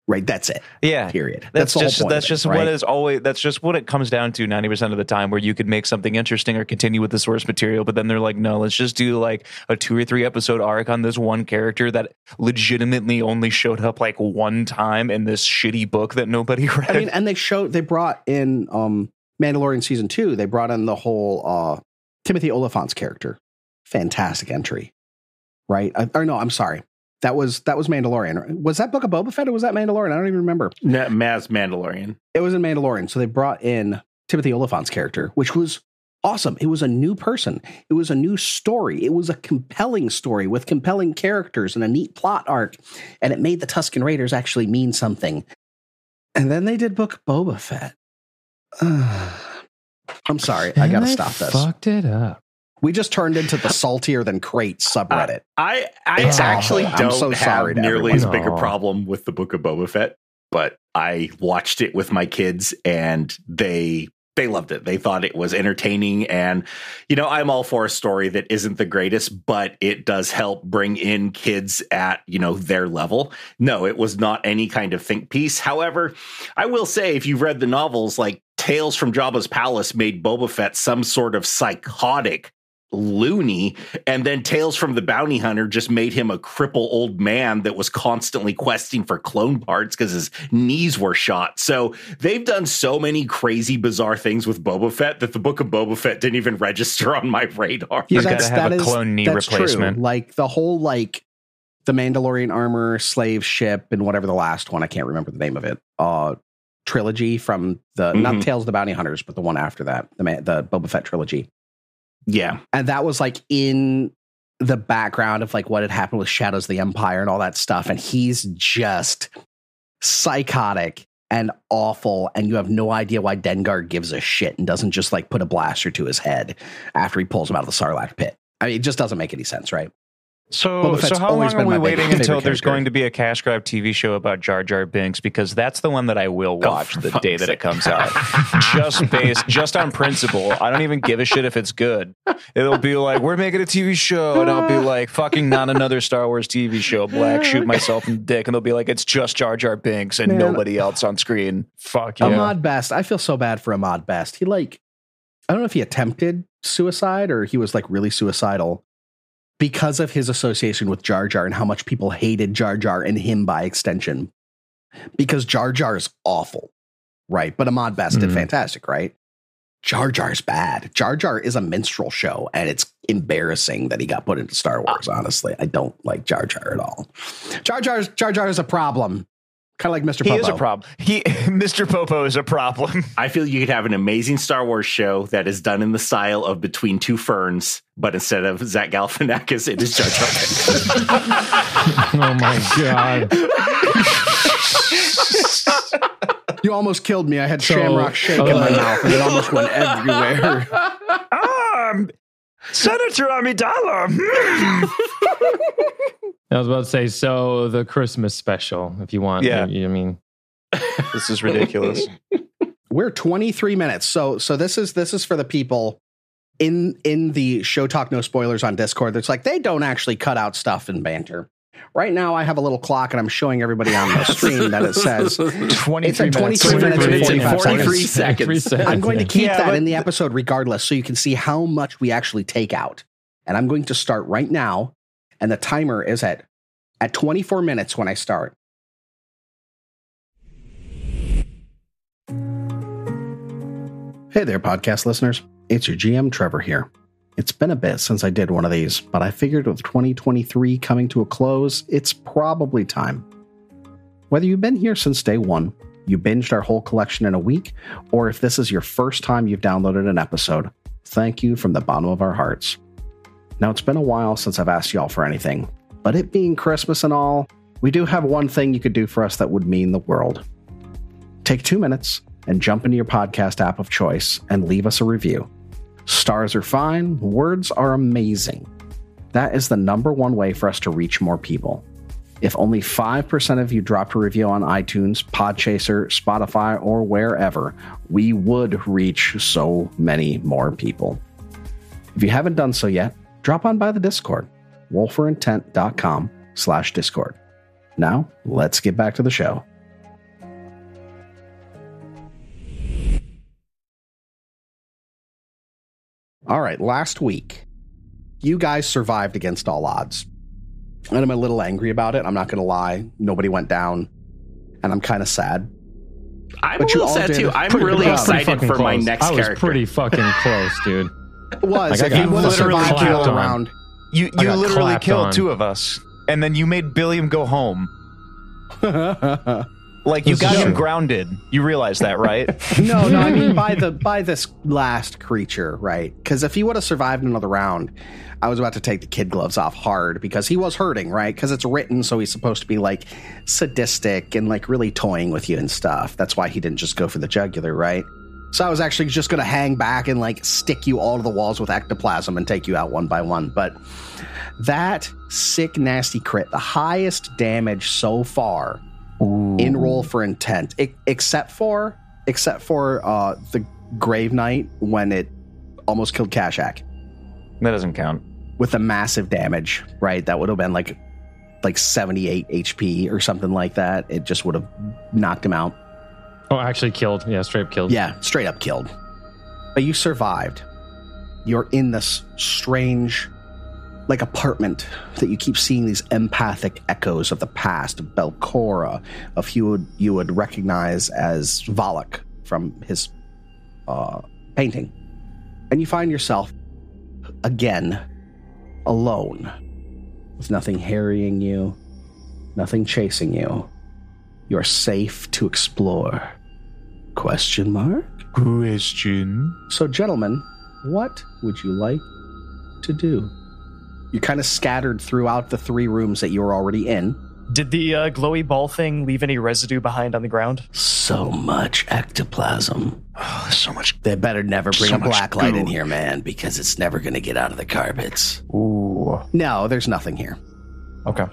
Speaker 2: Right? That's it.
Speaker 6: yeah.
Speaker 2: Period.
Speaker 6: That's,
Speaker 2: the
Speaker 6: just
Speaker 2: whole point
Speaker 6: that's
Speaker 2: of
Speaker 6: just
Speaker 2: it,
Speaker 6: what
Speaker 2: right?
Speaker 6: is always that's just what it comes down to ninety percent of the time where you could make something interesting or continue with the source material, but then they're like, no, let's just do like a two or three episode arc on this one character that legitimately only showed up like one time in this shitty book that nobody read.
Speaker 2: I mean, and they showed they brought in um Mandalorian season two. They brought in the whole uh Timothy Oliphant's character. Fantastic entry, right? Uh, or no, I'm sorry. That was that was Mandalorian. Was that Book of Boba Fett or was that Mandalorian? I don't even remember.
Speaker 4: Na- Maz Mandalorian.
Speaker 2: It was in Mandalorian. So they brought in Timothy Oliphant's character, which was awesome. It was a new person. It was a new story. It was a compelling story with compelling characters and a neat plot arc. And it made the Tusken Raiders actually mean something. And then they did book Boba Fett. I'm sorry. I
Speaker 5: And
Speaker 2: got to
Speaker 5: they
Speaker 2: stop this.
Speaker 5: Fucked it up.
Speaker 2: We just turned into the saltier than crate subreddit.
Speaker 4: I I
Speaker 2: It's
Speaker 4: actually
Speaker 2: awful. I'm
Speaker 4: don't
Speaker 2: so
Speaker 4: have
Speaker 2: sorry to
Speaker 4: nearly
Speaker 5: everyone.
Speaker 4: as big a
Speaker 5: No.
Speaker 4: problem with the Book of Boba Fett, but I watched it with my kids and they they loved it. They thought it was entertaining and you know, I'm all for a story that isn't the greatest, but it does help bring in kids at, you know, their level. No, it was not any kind of think piece. However, I will say if you've read the novels like Tales from Jabba's Palace made Boba Fett some sort of psychotic loony. And then Tales from the Bounty Hunter just made him a cripple old man that was constantly questing for clone parts because his knees were shot. So they've done so many crazy, bizarre things with Boba Fett that the book of Boba Fett didn't even register on my radar.
Speaker 6: Yeah. He's gotta have a clone knee
Speaker 2: that's
Speaker 6: replacement.
Speaker 2: True. Like the whole like the Mandalorian armor slave ship and whatever the last one I can't remember the name of it. Uh, trilogy from the
Speaker 4: Mhm.
Speaker 2: not Tales of the Bounty Hunters, but the one after that, the man, the Boba Fett trilogy,
Speaker 4: Yeah.
Speaker 2: and that was like in the background of like what had happened with Shadows of the Empire and all that stuff, and he's just psychotic and awful and you have no idea why Dengar gives a shit and doesn't just like put a blaster to his head after he pulls him out of the Sarlacc pit. I mean it just doesn't make any sense, right?
Speaker 6: So,
Speaker 2: Boba Fett's
Speaker 6: so how
Speaker 2: always
Speaker 6: long are
Speaker 2: been
Speaker 6: we
Speaker 2: my big-
Speaker 6: waiting
Speaker 2: favorite
Speaker 6: until there's
Speaker 2: character.
Speaker 6: going to be a cash grab TV show about Jar Jar Binks? Because that's the one that I will
Speaker 4: Oh,
Speaker 6: watch
Speaker 4: for
Speaker 6: the
Speaker 4: fuck's
Speaker 6: day that
Speaker 4: sake.
Speaker 6: it comes out. just based, just on principle. I don't even give a shit if it's good. It'll be like we're making a TV show, and I'll be like, "Fucking not another Star Wars TV show." Black shoot myself in the dick, and they'll be like, "It's just Jar Jar Binks and
Speaker 2: Man.
Speaker 6: nobody else on screen."
Speaker 5: Fuck yeah.
Speaker 2: Ahmad Best. I feel so bad for Ahmad Best. He like I don't know if he attempted suicide or he was like really suicidal because of his association with Jar Jar and how much people hated Jar Jar and him by extension. Because Jar Jar is awful, right? But Ahmad Best did
Speaker 6: Mm-hmm.
Speaker 5: Mhm.
Speaker 2: fantastic, right? Jar Jar's bad. Jar Jar is a minstrel show, and it's embarrassing that he got put into Star Wars. Honestly, I don't like Jar Jar at all. Jar Jar's Jar Jar is a problem, kind of like Mister.
Speaker 6: He is a problem. He, Mr. Popo, is a problem.
Speaker 4: I feel you could have an amazing Star Wars show that is done in the style of Between Two Ferns, but instead of Zach Galifianakis, it is Jar Jar Binks.
Speaker 5: oh my god.
Speaker 2: You almost killed me. I had
Speaker 5: So-
Speaker 2: shamrock shake in my
Speaker 5: Oh.
Speaker 2: mouth and it almost went everywhere.
Speaker 6: Um, Senator Amidala.
Speaker 5: I was about to say, so the Christmas special, if you want.
Speaker 6: Yeah.
Speaker 5: You, you mean,
Speaker 6: this is ridiculous.
Speaker 2: We're 23 minutes. So so this is this is for the people in in the show talk no spoilers on Discord. That's like they don't actually cut out stuff and banter. Right now I have a little clock and I'm showing everybody on the stream that it says
Speaker 5: 23
Speaker 2: It's at
Speaker 5: minutes.
Speaker 2: 23
Speaker 4: minutes and 43
Speaker 5: 43
Speaker 4: seconds.
Speaker 2: I'm going to
Speaker 5: yeah.
Speaker 2: keep
Speaker 6: Yeah,
Speaker 2: that
Speaker 6: but
Speaker 2: in the episode regardless so you can see how much we actually take out. And I'm going to start right now and the timer is at at 24 minutes when I start. Hey there, podcast listeners. It's your GM, Trevor, here. It's been a bit since I did one of these, but I figured with 2023 coming to a close, it's probably time. Whether you've been here since day one, you binged our whole collection in a week, or if this is your first time you've downloaded an episode, thank you from the bottom of our hearts. Now, it's been a while since I've asked y'all for anything, but it being Christmas and all, we do have one thing you could do for us that would mean the world take two minutes and jump into your podcast app of choice and leave us a review. Stars are fine, words are amazing. That is the number one way for us to reach more people. If only 5% of you dropped a review on iTunes, Podchaser, Spotify, or wherever, we would reach so many more people. If you haven't done so yet, drop on by the Discord, wolferintent.com slash Discord. Now, let's get back to the show. All right, last week, you guys survived against all odds. And I'm a little angry about it. I'm not going to lie. Nobody went down. And I'm kind of sad.
Speaker 4: I'm
Speaker 2: But
Speaker 4: a
Speaker 2: you
Speaker 4: little
Speaker 2: all
Speaker 4: sad
Speaker 2: did
Speaker 4: too. I'm
Speaker 5: Pretty-
Speaker 4: really
Speaker 5: pretty
Speaker 4: excited
Speaker 5: fucking
Speaker 4: for my
Speaker 5: close.
Speaker 4: next
Speaker 5: I was
Speaker 4: character.
Speaker 5: pretty fucking close, dude.
Speaker 2: It was.
Speaker 5: Like, I
Speaker 2: if you
Speaker 5: got
Speaker 2: would have
Speaker 6: literally
Speaker 2: survived the
Speaker 5: clapped
Speaker 2: other
Speaker 5: on.
Speaker 2: round,
Speaker 6: You
Speaker 5: I
Speaker 6: you
Speaker 5: got
Speaker 6: literally
Speaker 5: clapped
Speaker 6: killed
Speaker 5: on.
Speaker 6: two of us, and then you made Billiam go home. Like you
Speaker 5: This
Speaker 6: got
Speaker 5: is
Speaker 6: him
Speaker 5: true.
Speaker 6: grounded. You realize that, right?
Speaker 2: no, no, I mean by the by this last creature, right? Because if he would have survived another round, I was about to take the kid gloves off hard because he was hurting, right? Because it's written, so he's supposed to be like sadistic and like really toying with you and stuff. That's why he didn't just go for the jugular, right? So I was actually just going to hang back and like stick you all to the walls with ectoplasm and take you out one by one, but that sick nasty crit, the highest damage so far in roll for intent, e- except for except for uh, the Grave Knight when it almost killed Kashak
Speaker 6: that doesn't count.
Speaker 2: with the massive damage. Right, that would have been like like seventy eight HP or something like that. It just would have knocked him out.
Speaker 5: Oh, actually killed. Yeah, straight up killed.
Speaker 2: Yeah, straight up killed. But you survived. you're in this strange like apartment that you keep seeing these empathic echoes of the past of Belcora, of who you would, you would recognize as Valak from his uh, painting. And you find yourself again alone with nothing harrying you, nothing chasing you. You're safe to explore. Question mark?
Speaker 6: Question.
Speaker 2: So, gentlemen, what would you like to do? You're kind of scattered throughout the three rooms that you were already in.
Speaker 3: Did the uh, glowy ball thing leave any residue behind on the ground?
Speaker 2: So much ectoplasm.
Speaker 6: Oh, there's so much.
Speaker 2: They better never bring
Speaker 6: So
Speaker 2: a
Speaker 6: much
Speaker 2: black light
Speaker 6: goo.
Speaker 2: in here, man, because it's never going to get out of the carpets.
Speaker 6: Ooh.
Speaker 2: No, there's nothing here.
Speaker 3: Okay.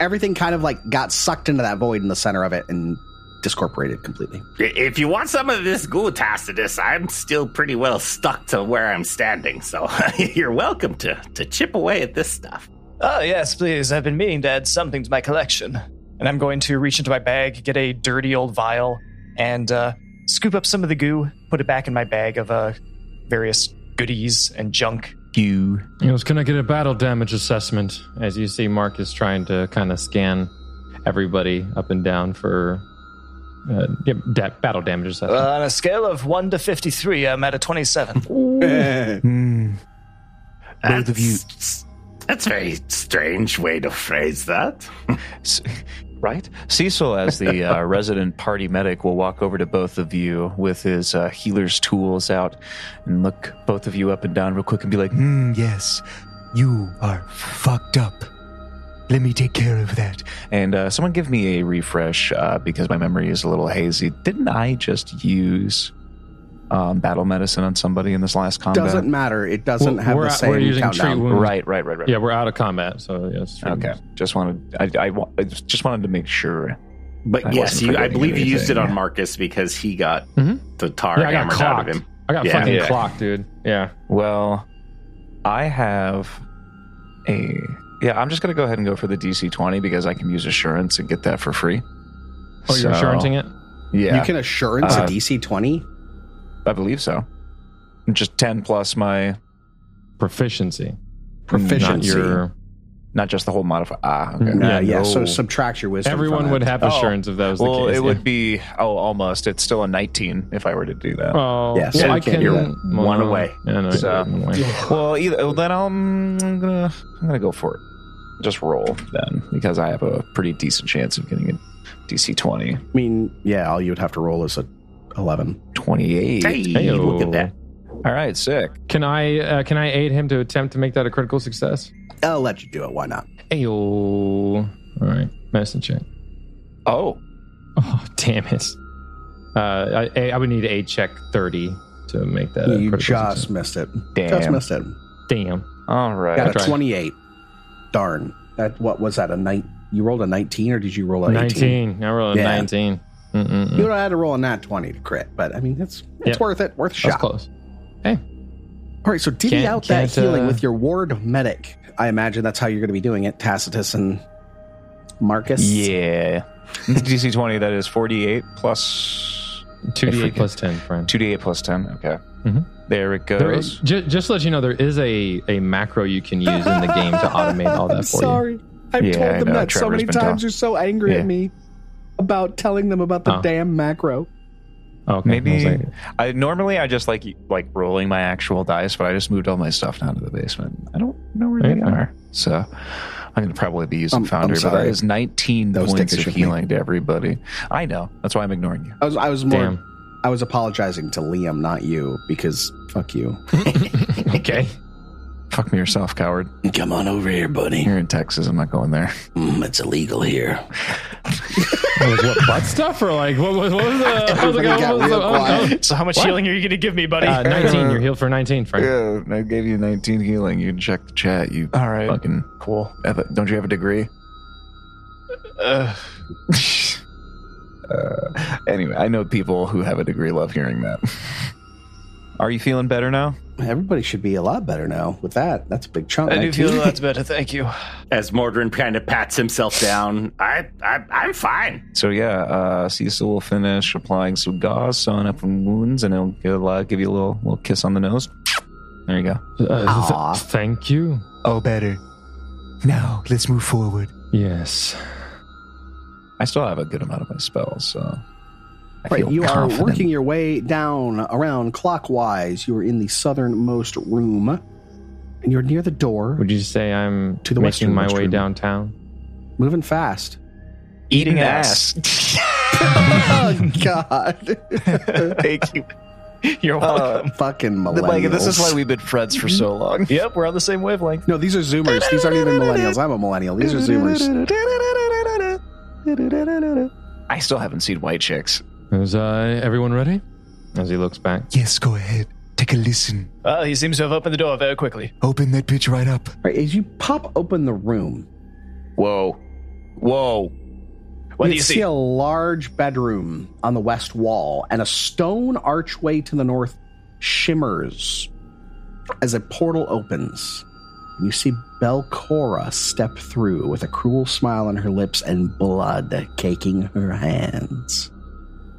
Speaker 2: Everything kind of like got sucked into that void in the center of it and discorporated completely.
Speaker 4: If you want some of this goo, Tacitus, I'm still pretty well stuck to where I'm standing, so you're welcome to, to chip away at this stuff.
Speaker 3: Oh, yes, please. I've been meaning to add something to my collection. And I'm going to reach into my bag, get a dirty old vial, and uh, scoop up some of the goo, put it back in my bag of uh, various goodies and junk.
Speaker 6: You.
Speaker 5: You know, it's gonna get a battle damage assessment as you see Mark is trying to kind of scan everybody up and down for uh, yeah, da- battle damage assessment.
Speaker 3: Uh, on a scale of 1 to 53, I'm at a 27.
Speaker 6: Hmm. Both of you.
Speaker 4: That's- That's a very strange way to phrase that.
Speaker 6: S- Right? Cecil, as the uh, resident party medic, will walk over to both of you with his uh, healer's tools out and look both of you up and down real quick and be like, Hmm, yes, you are fucked up. Let me take care of that. And uh, someone give me a refresh uh, because my memory is a little hazy. Didn't I just use um, battle medicine on somebody in this last combat?
Speaker 2: Doesn't matter. It doesn't
Speaker 5: Well,
Speaker 2: have
Speaker 5: we're
Speaker 2: the
Speaker 5: at- we're
Speaker 2: same
Speaker 5: using
Speaker 2: countdown.
Speaker 5: treat wounds.
Speaker 6: Right, right, right, right.
Speaker 5: Yeah, we're out of combat, so yes.
Speaker 6: Okay. Just wanted, I, I, wa- I just wanted to make sure.
Speaker 4: But
Speaker 6: I
Speaker 4: yes,
Speaker 6: wasn't
Speaker 4: you, I
Speaker 6: forgetting
Speaker 4: believe you used it
Speaker 6: anything.
Speaker 4: on Marcus because he got
Speaker 5: Mhm.
Speaker 4: the tar
Speaker 5: Yeah, I got
Speaker 4: hammered out
Speaker 5: clocked.
Speaker 4: of him.
Speaker 5: I got
Speaker 4: Yeah.
Speaker 5: fucking
Speaker 6: Yeah.
Speaker 5: clocked, dude. Yeah.
Speaker 6: Well, I have a yeah. I'm just gonna go ahead and go for the DC 20 because I can use assurance and get that for free.
Speaker 5: Oh, you're
Speaker 6: So,
Speaker 5: assuring it?
Speaker 6: Yeah,
Speaker 2: You can assurance
Speaker 6: Uh,
Speaker 2: a DC 20?
Speaker 6: I believe so. Just 10 plus my
Speaker 5: Proficiency. Not
Speaker 2: Proficiency.
Speaker 5: your.
Speaker 6: not just the whole modify. Ah, okay.
Speaker 5: No.
Speaker 2: Uh,
Speaker 5: Yeah,
Speaker 2: yeah, so
Speaker 6: no.
Speaker 2: subtract your wisdom.
Speaker 5: Everyone
Speaker 2: from
Speaker 5: would
Speaker 2: it.
Speaker 5: have
Speaker 6: Oh.
Speaker 5: assurance if that was
Speaker 6: Well,
Speaker 5: the case.
Speaker 6: it
Speaker 5: yeah.
Speaker 6: would be oh, almost. It's still a 19 if I were to do that.
Speaker 5: Oh,
Speaker 2: Yeah, so
Speaker 5: well,
Speaker 2: you
Speaker 5: I
Speaker 2: can't
Speaker 5: can.
Speaker 2: do
Speaker 4: that. One away.
Speaker 5: Yeah, no,
Speaker 6: So-
Speaker 5: one away.
Speaker 6: Well, either well, then I'm, I'm gonna I'm gonna go for it. Just roll then because I have a pretty decent chance of getting a DC 20,
Speaker 2: I mean, yeah, all you would have to roll is a 11.
Speaker 6: 28.
Speaker 4: Hey, look at that.
Speaker 6: All right, sick.
Speaker 5: Can I uh, can I aid him to attempt to make that a critical success?
Speaker 2: I'll let you do it. Why not?
Speaker 5: Ayo. All right, medicine check.
Speaker 6: Oh,
Speaker 5: Oh, damn it. Uh, I, I would need a check thirty to make that. a
Speaker 2: you
Speaker 5: Uh, critical
Speaker 2: just
Speaker 5: success.
Speaker 2: missed it.
Speaker 6: damn.
Speaker 2: Just missed it.
Speaker 5: damn.
Speaker 6: All right.
Speaker 2: Got a
Speaker 5: tried.
Speaker 2: 28. Darn. That what was that? A night you rolled a 19 or did you roll a 18?
Speaker 5: Nineteen. I rolled a
Speaker 2: Yeah.
Speaker 5: nineteen. Mm-mm-mm.
Speaker 2: You would have had to roll a nat 20 to crit, but I mean it's it's
Speaker 5: Yeah.
Speaker 2: worth it, worth a
Speaker 5: That's
Speaker 2: shot. All
Speaker 5: close.
Speaker 2: right, so divvy
Speaker 5: Can't-
Speaker 2: out that
Speaker 5: can't,
Speaker 2: healing
Speaker 5: uh,
Speaker 2: with your ward medic. I imagine that's how you're going to be doing it, Tacitus and Marcus.
Speaker 6: Yeah. DC 20, that is 48 plus
Speaker 5: Two D
Speaker 6: forget.
Speaker 5: eight plus ten, friend.
Speaker 6: 2d8 plus 10. Okay.
Speaker 2: Mm-hmm.
Speaker 5: Mhm.
Speaker 6: There it
Speaker 5: There
Speaker 6: goes.
Speaker 5: is, ju- just to let you know, there is a, a macro you can use in the game to automate all that
Speaker 2: I'm
Speaker 5: for you.
Speaker 2: sorry. I've
Speaker 6: Yeah, I
Speaker 2: told them
Speaker 6: know.
Speaker 2: that so
Speaker 6: Trevor's
Speaker 2: many
Speaker 6: been
Speaker 2: times.
Speaker 6: tough.
Speaker 2: You're so angry
Speaker 6: Yeah.
Speaker 2: at me about telling them about the
Speaker 5: Oh.
Speaker 2: damn macro.
Speaker 5: Okay, I was
Speaker 6: Maybe
Speaker 5: like-
Speaker 6: I normally I just like like rolling my actual dice, but I just moved all my stuff down to the basement. I don't know where they
Speaker 5: Okay.
Speaker 6: are, so I'm gonna probably be using
Speaker 2: I'm- I'm
Speaker 6: Founder. but that
Speaker 2: sorry.
Speaker 6: is 19
Speaker 2: Those
Speaker 6: points
Speaker 2: stickers
Speaker 6: of
Speaker 2: should be-
Speaker 6: healing to everybody. I know that's why I'm ignoring you.
Speaker 2: I was I was more
Speaker 5: damn.
Speaker 2: I was apologizing to Liam, not you, because fuck you.
Speaker 5: okay.
Speaker 6: Fuck me yourself, coward.
Speaker 2: Come on over here, buddy.
Speaker 6: You're in Texas. I'm not going there.
Speaker 2: Mm, it's illegal here.
Speaker 5: Like, what butt stuff or like what was what was the? I was like,
Speaker 2: Everybody got
Speaker 5: what was
Speaker 2: real
Speaker 5: the- oh,
Speaker 2: quiet.
Speaker 3: So, how much
Speaker 5: What?
Speaker 3: healing are you going to give me, buddy?
Speaker 5: oh. Uh, nineteen. You're healed for nineteen, Frank.
Speaker 6: Yeah, I gave you 19 healing. You can check the chat. You
Speaker 3: All right.
Speaker 6: fucking
Speaker 3: cool.
Speaker 6: eth- don't you have a degree?
Speaker 3: Uh,
Speaker 6: Uh, anyway, I know people who have a degree love hearing that. Are you feeling better now?
Speaker 2: Everybody should be a lot better now with that. That's a big chunk.
Speaker 3: I do
Speaker 2: 19.
Speaker 3: feel that's better. Thank you.
Speaker 4: As Mordrin kind of pats himself down, I, I, I'm fine.
Speaker 6: So yeah, uh, Cecil will finish applying some gauze, sewing up some wounds, and he'll give, uh, give you a little little kiss on the nose. There you go.
Speaker 5: Uh, th- thank you.
Speaker 6: Oh, better. Now, let's move forward.
Speaker 5: Yes.
Speaker 6: I still have a good amount of my spells, so. I
Speaker 2: Right,
Speaker 6: feel
Speaker 2: you
Speaker 6: confident.
Speaker 2: are working your way down around clockwise. You are in the southernmost room, and you're near the door,
Speaker 5: Would you say I'm
Speaker 2: To the
Speaker 5: making
Speaker 2: western
Speaker 5: my way
Speaker 2: restroom.
Speaker 5: downtown?
Speaker 2: moving fast.
Speaker 6: eating
Speaker 3: ass.
Speaker 2: oh God,
Speaker 6: Thank you.
Speaker 3: You're
Speaker 2: Uh,
Speaker 3: welcome.
Speaker 2: fucking millennials!
Speaker 6: Like, this is why we've been friends for so long.
Speaker 3: yep, we're on the same wavelength.
Speaker 2: No, these are Zoomers. These aren't even millennials. I'm a millennial. These are Zoomers.
Speaker 6: I still haven't seen White Chicks.
Speaker 5: Is uh, everyone ready? As he looks back.
Speaker 7: Yes, go ahead. Take a listen.
Speaker 3: Uh, he seems to have opened the door very quickly.
Speaker 7: Open that bitch right up.
Speaker 2: Right, as you pop open the room,
Speaker 6: Whoa. Whoa.
Speaker 3: What do you
Speaker 2: see
Speaker 3: see?
Speaker 2: a large bedroom on the west wall, and a stone archway to the north shimmers as a portal opens. You see Belcora step through with a cruel smile on her lips and blood caking her hands.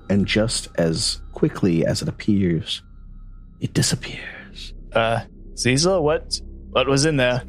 Speaker 2: And just as quickly as it appears, it disappears.
Speaker 3: Uh, Cecil, what? What was in there?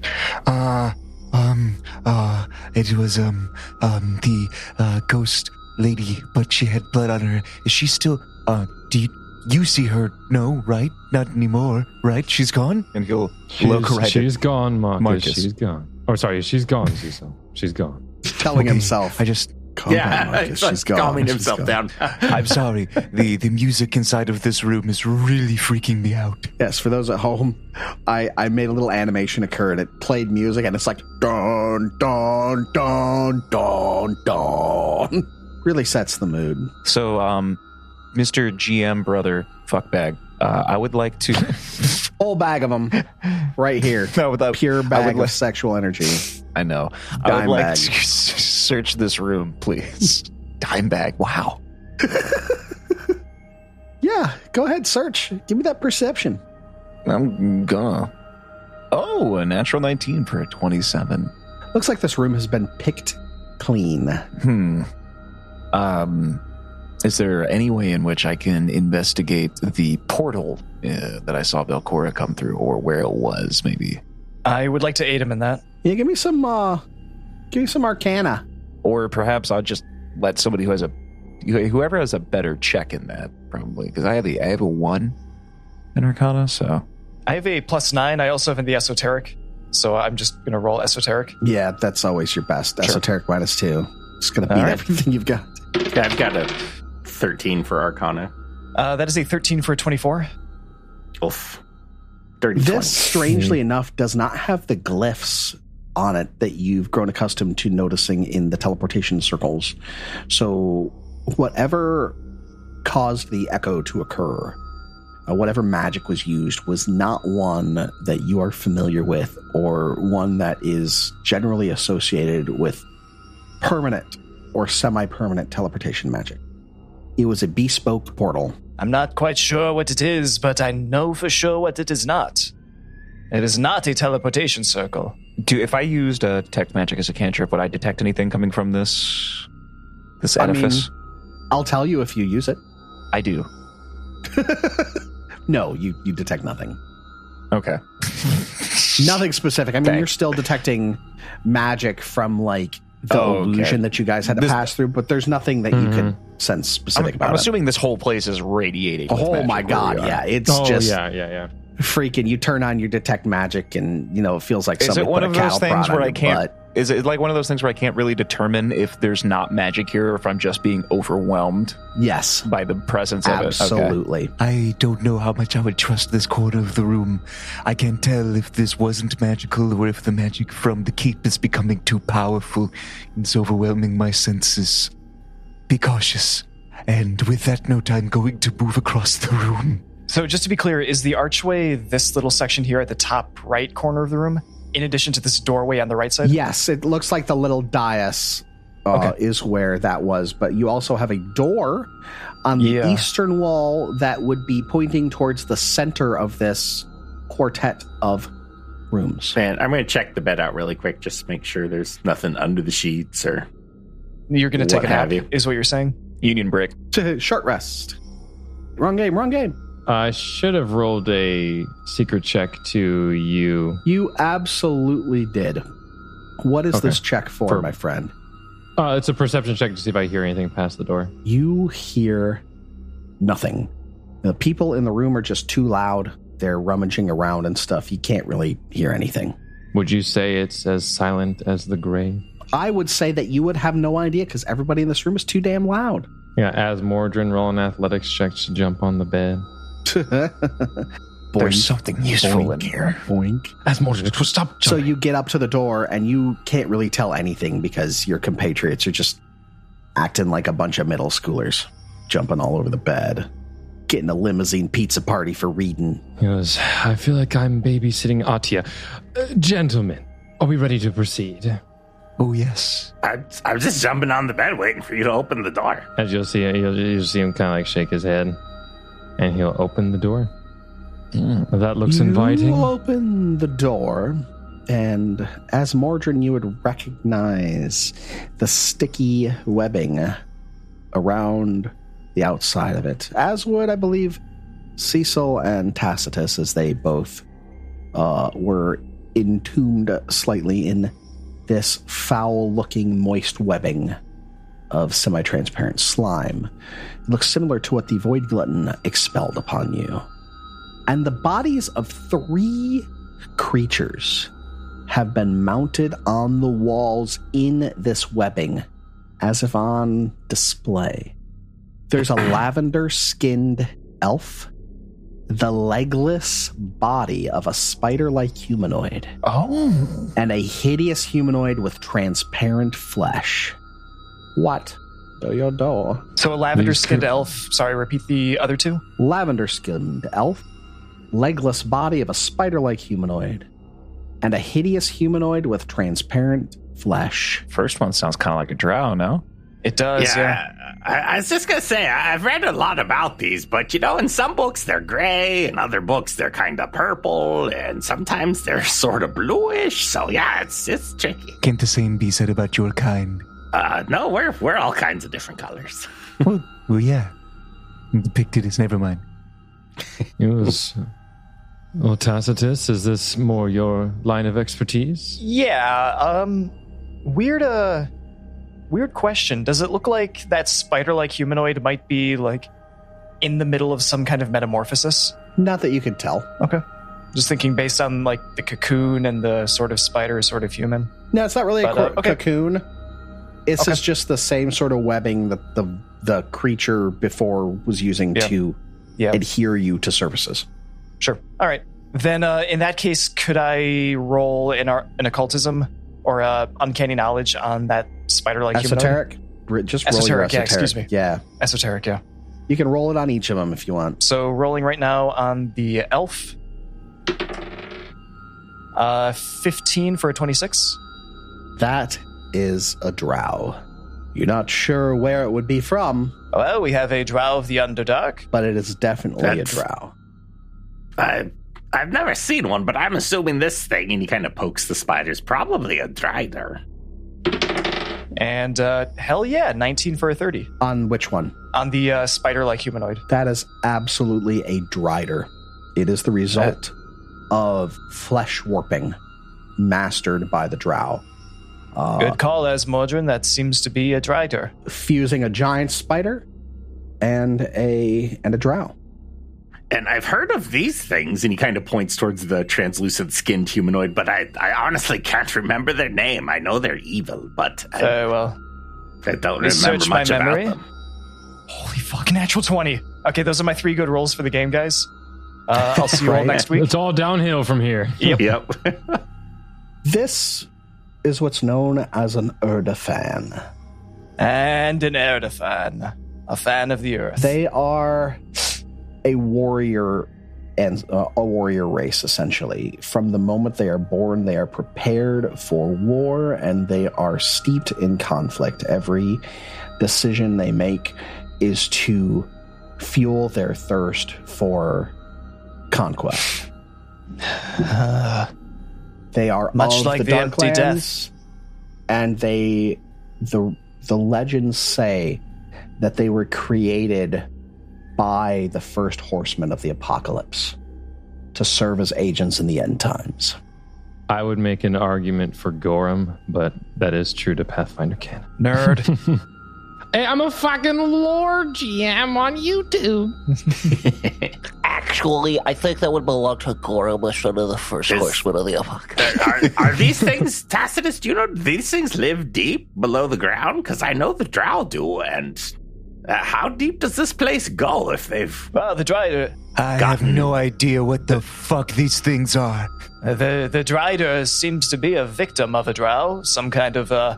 Speaker 7: Uh, um, uh, it was, um, um, the, uh, ghost lady, but she had blood on her. Is she still, uh, do you, you see her? No, right? Not anymore, right? She's gone?
Speaker 6: And he'll look
Speaker 5: She's,
Speaker 6: right at-
Speaker 5: she's gone, Marcus.
Speaker 6: Marcus.
Speaker 5: She's gone. Oh, sorry. She's gone, Cecil. She's gone.
Speaker 2: Telling
Speaker 7: Okay,
Speaker 2: himself,
Speaker 7: I just,
Speaker 2: Calm
Speaker 4: yeah,
Speaker 2: down, Marcus.
Speaker 4: he's
Speaker 2: She's gone.
Speaker 4: calming
Speaker 2: She's
Speaker 4: himself
Speaker 2: gone."
Speaker 4: down.
Speaker 7: I'm sorry. the, the music inside of this room is really freaking me out.
Speaker 2: Yes, for those at home, I, I made a little animation occur and it played music and it's like don don don don don. Really sets the mood.
Speaker 6: So, um, Mr. GM brother, fuckbag, uh, I would like to.
Speaker 2: Whole bag of them, right here.
Speaker 6: no, without
Speaker 2: Pure
Speaker 6: I would
Speaker 2: bag
Speaker 6: like-
Speaker 2: of sexual energy.
Speaker 6: I know. I would
Speaker 2: Dime
Speaker 6: like
Speaker 2: bag.
Speaker 6: to search this room, please. Dime bag. Wow.
Speaker 2: Yeah, go ahead, search. Give me that perception.
Speaker 6: I'm gonna. Oh, a natural 19 for a 27.
Speaker 2: Looks like this room has been picked clean.
Speaker 6: Hmm. Um, is there any way in which I can investigate the portal uh, that I saw Belcora come through or where it was, maybe?
Speaker 3: I would like to aid him in that.
Speaker 2: Yeah, give me some uh give me some arcana.
Speaker 6: Or perhaps I'll just let somebody who has a. Whoever has a better check in that, probably, because I have the I have a one in Arcana, so
Speaker 3: I have a plus nine. I also have in the esoteric, so I'm just gonna roll esoteric.
Speaker 2: Yeah, that's always your best. Esoteric minus two. It's gonna beat
Speaker 6: right.
Speaker 2: everything you've got.
Speaker 4: Yeah, I've got a 13 for Arcana.
Speaker 3: Uh, that is a 13 for a 24.
Speaker 4: Oof. Dirty
Speaker 2: This,
Speaker 4: 20.
Speaker 2: strangely enough, does not have the glyphs on it that you've grown accustomed to noticing in the teleportation circles. So, whatever caused the echo to occur, uh, whatever magic was used, was not one that you are familiar with or one that is generally associated with permanent or semi permanent teleportation magic. It was a bespoke portal.
Speaker 3: I'm not quite sure what it is, but I know for sure what it is not. It is not a teleportation circle.
Speaker 6: Do if I used uh, detect magic as a cantrip, would I detect anything coming from this this
Speaker 2: I mean-
Speaker 6: edifice?
Speaker 2: I'll tell you if you use it.
Speaker 6: I, do.
Speaker 2: No, you, you detect nothing.
Speaker 6: Okay.
Speaker 2: Nothing specific. I mean,
Speaker 6: Thanks.
Speaker 2: you're still detecting magic from like the
Speaker 6: Oh, okay.
Speaker 2: illusion that you guys had to
Speaker 6: This- Mm-hmm.
Speaker 2: pass through, but there's nothing that you could sense
Speaker 6: I'm,
Speaker 2: specific
Speaker 6: I'm
Speaker 2: about it.
Speaker 6: assuming this whole place is radiating. with
Speaker 2: Oh
Speaker 6: magic
Speaker 2: my
Speaker 6: where
Speaker 2: god,
Speaker 6: we are.
Speaker 2: yeah, it's
Speaker 5: Oh,
Speaker 2: just
Speaker 5: yeah, yeah, yeah.
Speaker 2: freaking. You turn on your detect magic, and you know it feels like
Speaker 6: Is
Speaker 2: somebody
Speaker 6: it one
Speaker 2: put
Speaker 6: of
Speaker 2: a cow
Speaker 6: those things
Speaker 2: prod
Speaker 6: where
Speaker 2: on
Speaker 6: I
Speaker 2: your
Speaker 6: can't?
Speaker 2: butt.
Speaker 6: Is it like one of those things where I can't really determine if there's not magic here, or if I'm just being overwhelmed
Speaker 2: Yes,
Speaker 6: by the presence of it? Okay.
Speaker 2: absolutely.
Speaker 7: I don't know how much I would trust this corner of the room. I can't tell if this wasn't magical or if the magic from the keep is becoming too powerful. It's overwhelming my senses. Be cautious. And with that note, I'm going to move across the room.
Speaker 3: So, just to be clear, is the archway this little section here at the top right corner of the room, in addition to this doorway on the right side?
Speaker 2: Yes, it looks like the little dais uh, is where that was, but you also have a door on the
Speaker 3: Yeah.
Speaker 2: eastern wall that would be pointing towards the center of this quartet of rooms.
Speaker 4: Man, I'm going to check the bed out really quick just to make sure there's nothing under the sheets or.
Speaker 3: You're gonna take
Speaker 4: What
Speaker 3: a nap,
Speaker 4: have you.
Speaker 3: is what you're saying?
Speaker 6: Union brick.
Speaker 2: Short rest. Wrong game, wrong game.
Speaker 5: I should have rolled a secret check to you.
Speaker 2: You absolutely did. What is
Speaker 5: Okay.
Speaker 2: this check for,
Speaker 5: For-
Speaker 2: my friend?
Speaker 5: Uh, it's a perception check to see if I hear anything past the door.
Speaker 2: You hear nothing. The people in the room are just too loud. They're rummaging around and stuff. You can't really hear anything.
Speaker 5: Would you say it's as silent as the grave?
Speaker 2: I would say that you would have no idea because everybody in this room is too damn loud.
Speaker 5: Yeah, as Mordrin roll an athletics check to jump on the bed.
Speaker 2: Boink,
Speaker 6: There's something useful in here.
Speaker 2: boink.
Speaker 5: As Mordrin, stop.
Speaker 2: So you get up to the door and you can't really tell anything because your compatriots are just acting like a bunch of middle schoolers, jumping all over the bed, getting a limousine pizza party for reading.
Speaker 5: He goes, I feel like I'm babysitting Atia. Uh, gentlemen, are we ready to proceed?
Speaker 7: Oh, yes.
Speaker 4: I'm, I'm just jumping on the bed waiting for you to open the door.
Speaker 5: As you'll see, you'll, you'll see him kind of like shake his head, and he'll open the door.
Speaker 6: Hmm.
Speaker 5: That looks
Speaker 2: you
Speaker 5: inviting.
Speaker 2: open the door, and as Mordrin, you would recognize the sticky webbing around the outside of it, as would, I believe, Cecil and Tacitus, as they both uh, were entombed slightly in this foul looking, moist webbing of semi transparent slime. It looks similar to what the Void Glutton expelled upon you and the bodies of three creatures have been mounted on the walls in this webbing as if on display. There's a lavender skinned elf, the legless body of a spider like humanoid,
Speaker 6: Oh,
Speaker 2: and a hideous humanoid with transparent flesh. What? Do your door.
Speaker 3: So a lavender skinned
Speaker 5: could-
Speaker 3: elf. Sorry, repeat the other two.
Speaker 2: lavender skinned elf, legless body of a spider like humanoid, and a hideous humanoid with transparent flesh.
Speaker 6: first one sounds kind of like a drow, no?
Speaker 3: It does. Yeah.
Speaker 4: I, I was just gonna say I- I've read a lot about these, but you know, in some books they're gray, in other books they're kind of purple, and sometimes they're sort of bluish. So yeah, it's it's tricky.
Speaker 7: Can't the same be said about your kind?
Speaker 4: Uh, no, we're we're all kinds of different colors.
Speaker 7: well, well, yeah. Depicted as never mind.
Speaker 5: He goes, Well, Tacitus, is this more your line of expertise?
Speaker 3: Yeah. Um, weird. Uh, weird question. Does it look like that spider-like humanoid might be like in the middle of some kind of metamorphosis?
Speaker 2: Not that you can tell.
Speaker 3: Okay. Just thinking based on like the cocoon and the sort of spider, sort of human.
Speaker 2: No, it's not really a
Speaker 3: But, uh,
Speaker 2: co-
Speaker 3: okay.
Speaker 2: cocoon. This
Speaker 3: Okay.
Speaker 2: is just the same sort of webbing that the the creature before was using
Speaker 3: Yeah.
Speaker 2: to
Speaker 3: Yeah.
Speaker 2: adhere you to surfaces.
Speaker 3: Sure. All right. Then, uh, in that case, could I roll in our an occultism or uh, uncanny knowledge on that spider-like humanoid?
Speaker 2: esoteric? R- Just roll
Speaker 3: Esoteric,
Speaker 2: your
Speaker 3: yeah,
Speaker 2: esoteric.
Speaker 3: excuse me.
Speaker 2: Yeah.
Speaker 3: Esoteric, yeah.
Speaker 2: You can roll it on each of them if you want.
Speaker 3: So rolling right now on the elf. Uh, 15 for a 26.
Speaker 2: That is a drow. You're not sure where it would be from,
Speaker 3: Well, we have a drow of the underdark.
Speaker 2: but it is definitely
Speaker 4: That's-
Speaker 2: a drow.
Speaker 4: I Uh, I've never seen one, but I'm assuming this thing, and he kind of pokes the spiders, probably a drider.
Speaker 3: And uh, hell yeah, 19 for a 30
Speaker 2: On which one?
Speaker 3: on the uh, spider like humanoid.
Speaker 2: That is absolutely a drider. It is the result of flesh warping mastered by the drow. Uh,
Speaker 3: Good call, Asmodron. That seems to be a drider.
Speaker 2: Fusing a giant spider and a and a drow.
Speaker 4: And I've heard of these things, and he kind of points towards the translucent skinned humanoid, but I, I honestly can't remember their name. I know they're evil, but I,
Speaker 3: Uh, well,
Speaker 4: I don't
Speaker 3: me
Speaker 4: remember
Speaker 3: search my
Speaker 4: much about
Speaker 3: memory.
Speaker 4: them.
Speaker 3: Holy fuck, natural 20. Okay, those are my three good rolls for the game, guys. Uh, I'll see you all
Speaker 2: Right.
Speaker 3: next week.
Speaker 5: It's all downhill from here.
Speaker 4: Yep. Uh,
Speaker 2: This is what's known as an Erdafan.
Speaker 3: And an Erdafan, a fan of the earth.
Speaker 2: They are a warrior and uh, a warrior race essentially. From the moment they are born, they are prepared for war and they are steeped in conflict. Every decision they make is to fuel their thirst for conquest. They are
Speaker 3: Much
Speaker 2: of
Speaker 3: like
Speaker 2: the,
Speaker 3: the
Speaker 2: Darklands,
Speaker 3: Empty
Speaker 2: and they the the legends say that they were created by the first horsemen of the apocalypse to serve as agents in the end times.
Speaker 5: I would make an argument for Gorham, but that is true to Pathfinder canon.
Speaker 3: Nerd.
Speaker 5: Hey, I'm a fucking lore GM on YouTube.
Speaker 8: Actually, I think that would belong to Gorum as one of the first
Speaker 4: Is-
Speaker 8: horsemen of the apocalypse.
Speaker 4: are, are these things Tacitus? Do you know these things live deep below the ground? Because I know the Drow do. And uh, how deep does this place go if they've?
Speaker 6: Uh,
Speaker 3: well, the Dryder,
Speaker 7: I have no idea what the fuck these things are.
Speaker 3: uh, the the Dryder seems to be a victim of a drow. Some kind of uh,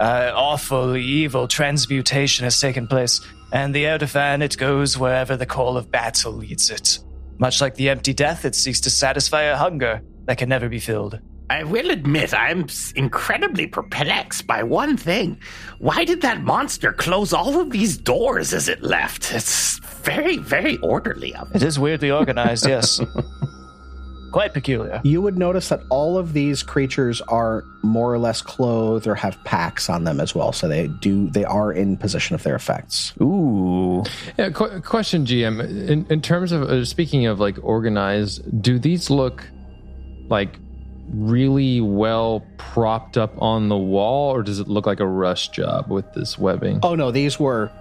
Speaker 3: uh, awful, evil transmutation has taken place, and the Erdofan it goes wherever the call of battle leads it. Much like the empty death, it seeks to satisfy a hunger that can never be filled.
Speaker 4: I will admit I'm s- incredibly perplexed by one thing. Why did that monster close all of these doors as it left? It's very, very orderly of it.
Speaker 3: It is weirdly organized, yes. Quite peculiar.
Speaker 2: You would notice that all of these creatures are more or less clothed or have packs on them as well, so they do they are in possession of their effects.
Speaker 6: Ooh.
Speaker 5: Yeah, qu- question, GM. In, in terms of uh, speaking of like organized, do these look like really well propped up on the wall, or does it look like a rush job with this webbing?
Speaker 2: Oh no, these were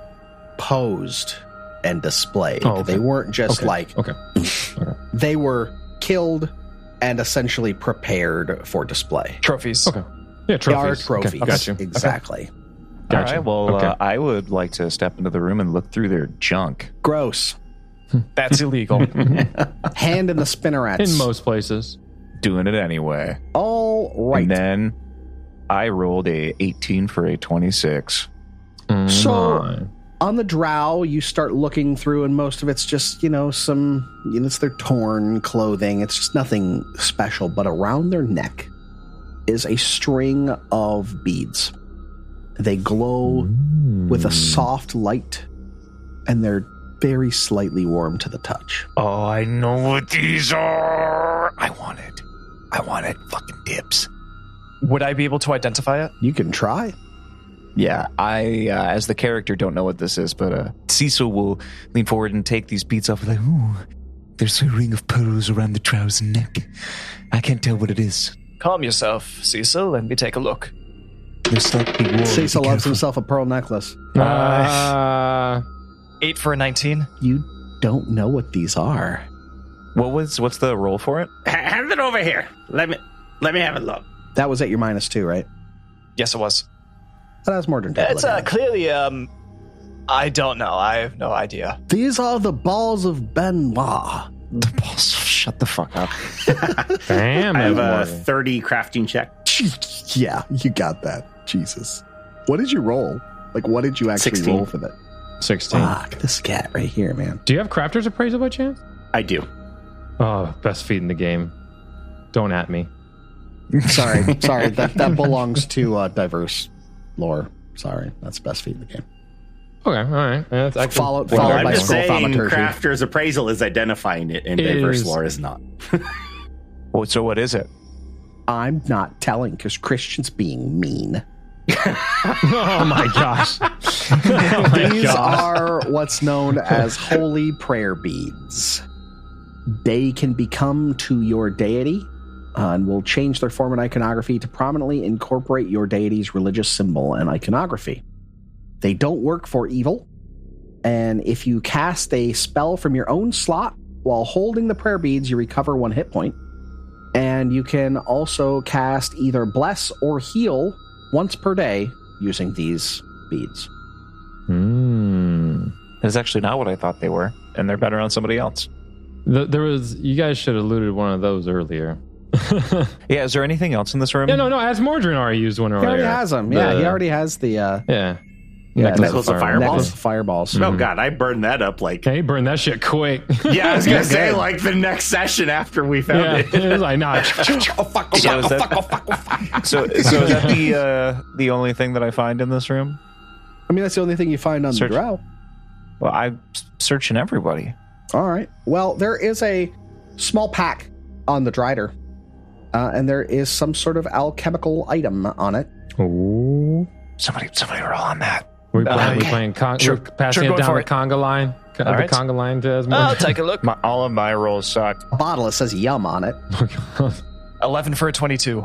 Speaker 2: posed and displayed.
Speaker 5: Oh, okay.
Speaker 2: They weren't just
Speaker 5: Okay.
Speaker 2: like
Speaker 5: okay.
Speaker 2: they were killed and essentially prepared for display.
Speaker 3: Trophies.
Speaker 5: Okay. Yeah,
Speaker 2: They are
Speaker 5: trophies.
Speaker 2: trophies.
Speaker 5: Okay, got you. Okay,
Speaker 2: Exactly.
Speaker 5: gotcha.
Speaker 6: All right. Well,
Speaker 5: Okay.
Speaker 6: uh, I would like to step into the room and look through their junk.
Speaker 2: Gross.
Speaker 3: That's illegal.
Speaker 2: Hand in the spinnerets.
Speaker 5: in most places.
Speaker 6: Doing it anyway.
Speaker 2: All right.
Speaker 6: And then I rolled a 18 for a 26.
Speaker 2: So-
Speaker 5: Mm,
Speaker 2: on the drow you start looking through and most of it's just you know some you know, it's their torn clothing it's just nothing special but around their neck is a string of beads they glow
Speaker 5: Mm.
Speaker 2: with a
Speaker 7: Mm.
Speaker 2: soft light and they're very slightly warm to the touch
Speaker 7: Oh, I know what these are. I want it. I want it. Fucking dips.
Speaker 3: Would I be able to identify it?
Speaker 2: you can try
Speaker 6: Yeah, I, uh, as the character, don't know what this is, but uh,
Speaker 7: Cecil will lean forward and take these beads off. Like, ooh, there's a ring of pearls around the drow's neck. I can't tell what it is.
Speaker 3: Calm yourself, Cecil, and me take a look.
Speaker 7: They're slightly warm. Be
Speaker 2: Cecil loves
Speaker 7: careful.
Speaker 2: himself a pearl necklace
Speaker 5: Ah.
Speaker 3: Eight for a 19.
Speaker 2: you don't know what these are
Speaker 6: what was what's the roll for it?
Speaker 4: H- hand it over here. Let me, let me have a look.
Speaker 2: that was at your minus two right
Speaker 3: Yes, it was.
Speaker 2: that was modern day
Speaker 3: It's uh, clearly, um, I don't know. I have no idea.
Speaker 2: these are the balls of benoit
Speaker 6: The boss. Shut the fuck up.
Speaker 5: damn
Speaker 4: I
Speaker 5: it.
Speaker 4: have a
Speaker 5: Morgan.
Speaker 4: 30 crafting check.
Speaker 9: yeah, you got that. Jesus. What did you roll? Like, what did you actually
Speaker 4: 16.
Speaker 9: roll for that?
Speaker 5: 16.
Speaker 2: Fuck, ah, this cat right here, man.
Speaker 5: Do you have crafter's appraisal by chance?
Speaker 4: I do.
Speaker 5: Oh, best feed in the game. Don't at me.
Speaker 2: Sorry, sorry. That that belongs to uh, diverse lore. Sorry, that's best feed in the game.
Speaker 5: Okay, all right. That's actually-
Speaker 2: Follow-
Speaker 5: Well,
Speaker 2: follow
Speaker 5: I
Speaker 4: I'm
Speaker 2: by
Speaker 5: will.
Speaker 4: just
Speaker 2: scroll
Speaker 4: saying,
Speaker 2: thaumaturgy.
Speaker 4: Crafter's appraisal is identifying it, and
Speaker 5: It
Speaker 4: diverse
Speaker 5: is.
Speaker 4: lore is not. Oh,
Speaker 6: Well, so what is it?
Speaker 2: I'm not telling because Christian's being mean.
Speaker 5: Oh my gosh. oh my
Speaker 2: These
Speaker 5: gosh.
Speaker 2: are what's known as holy prayer beads. They can become to your deity uh, and will change their form and iconography to prominently incorporate your deity's religious symbol and iconography. They don't work for evil. And if you cast a spell from your own slot while holding the prayer beads, you recover one hit point. And you can also cast either bless or heal once per day using these beads.
Speaker 5: Hmm.
Speaker 6: That's actually not what I thought they were, and they're better on somebody else.
Speaker 5: Th- There was, you guys should have looted one of those earlier.
Speaker 6: Yeah, is there anything else in this room?
Speaker 5: yeah, no, no. As Mordrin already used one earlier.
Speaker 2: He already has them. Yeah, he
Speaker 5: The-
Speaker 2: already has the uh,
Speaker 5: Yeah.
Speaker 2: Yeah,
Speaker 4: necklace of fireballs.
Speaker 2: necklace of fireballs.
Speaker 4: Oh god, I burned that up like
Speaker 5: Okay, burn that shit quick.
Speaker 4: Yeah, I was gonna
Speaker 2: Yeah,
Speaker 4: say
Speaker 2: good.
Speaker 4: like the next session after we found
Speaker 5: yeah,
Speaker 4: it. Oh,
Speaker 5: it was like, nah.
Speaker 6: So is that, so, so is that the uh, the only thing that I find in this room?
Speaker 2: I mean, that's the only thing you find on
Speaker 6: Search-
Speaker 2: the drow.
Speaker 6: Well, I'm searching everybody.
Speaker 2: All right. Well, there is a small pack on the drider, uh, and there is some sort of alchemical item on it.
Speaker 5: Ooh.
Speaker 6: Somebody, somebody roll on that.
Speaker 5: We're playing,
Speaker 3: Uh,
Speaker 5: we playing con-
Speaker 3: Sure.
Speaker 5: we're passing
Speaker 3: Sure,
Speaker 5: it
Speaker 3: go
Speaker 5: down
Speaker 3: for
Speaker 5: the
Speaker 3: it.
Speaker 5: conga line. Co-
Speaker 3: All
Speaker 5: the
Speaker 3: right.
Speaker 5: conga line to Esmond.
Speaker 3: I'll take a look.
Speaker 6: My, all of my rolls suck.
Speaker 2: A bottle that says yum on it.
Speaker 5: Oh
Speaker 3: Eleven for a twenty-two.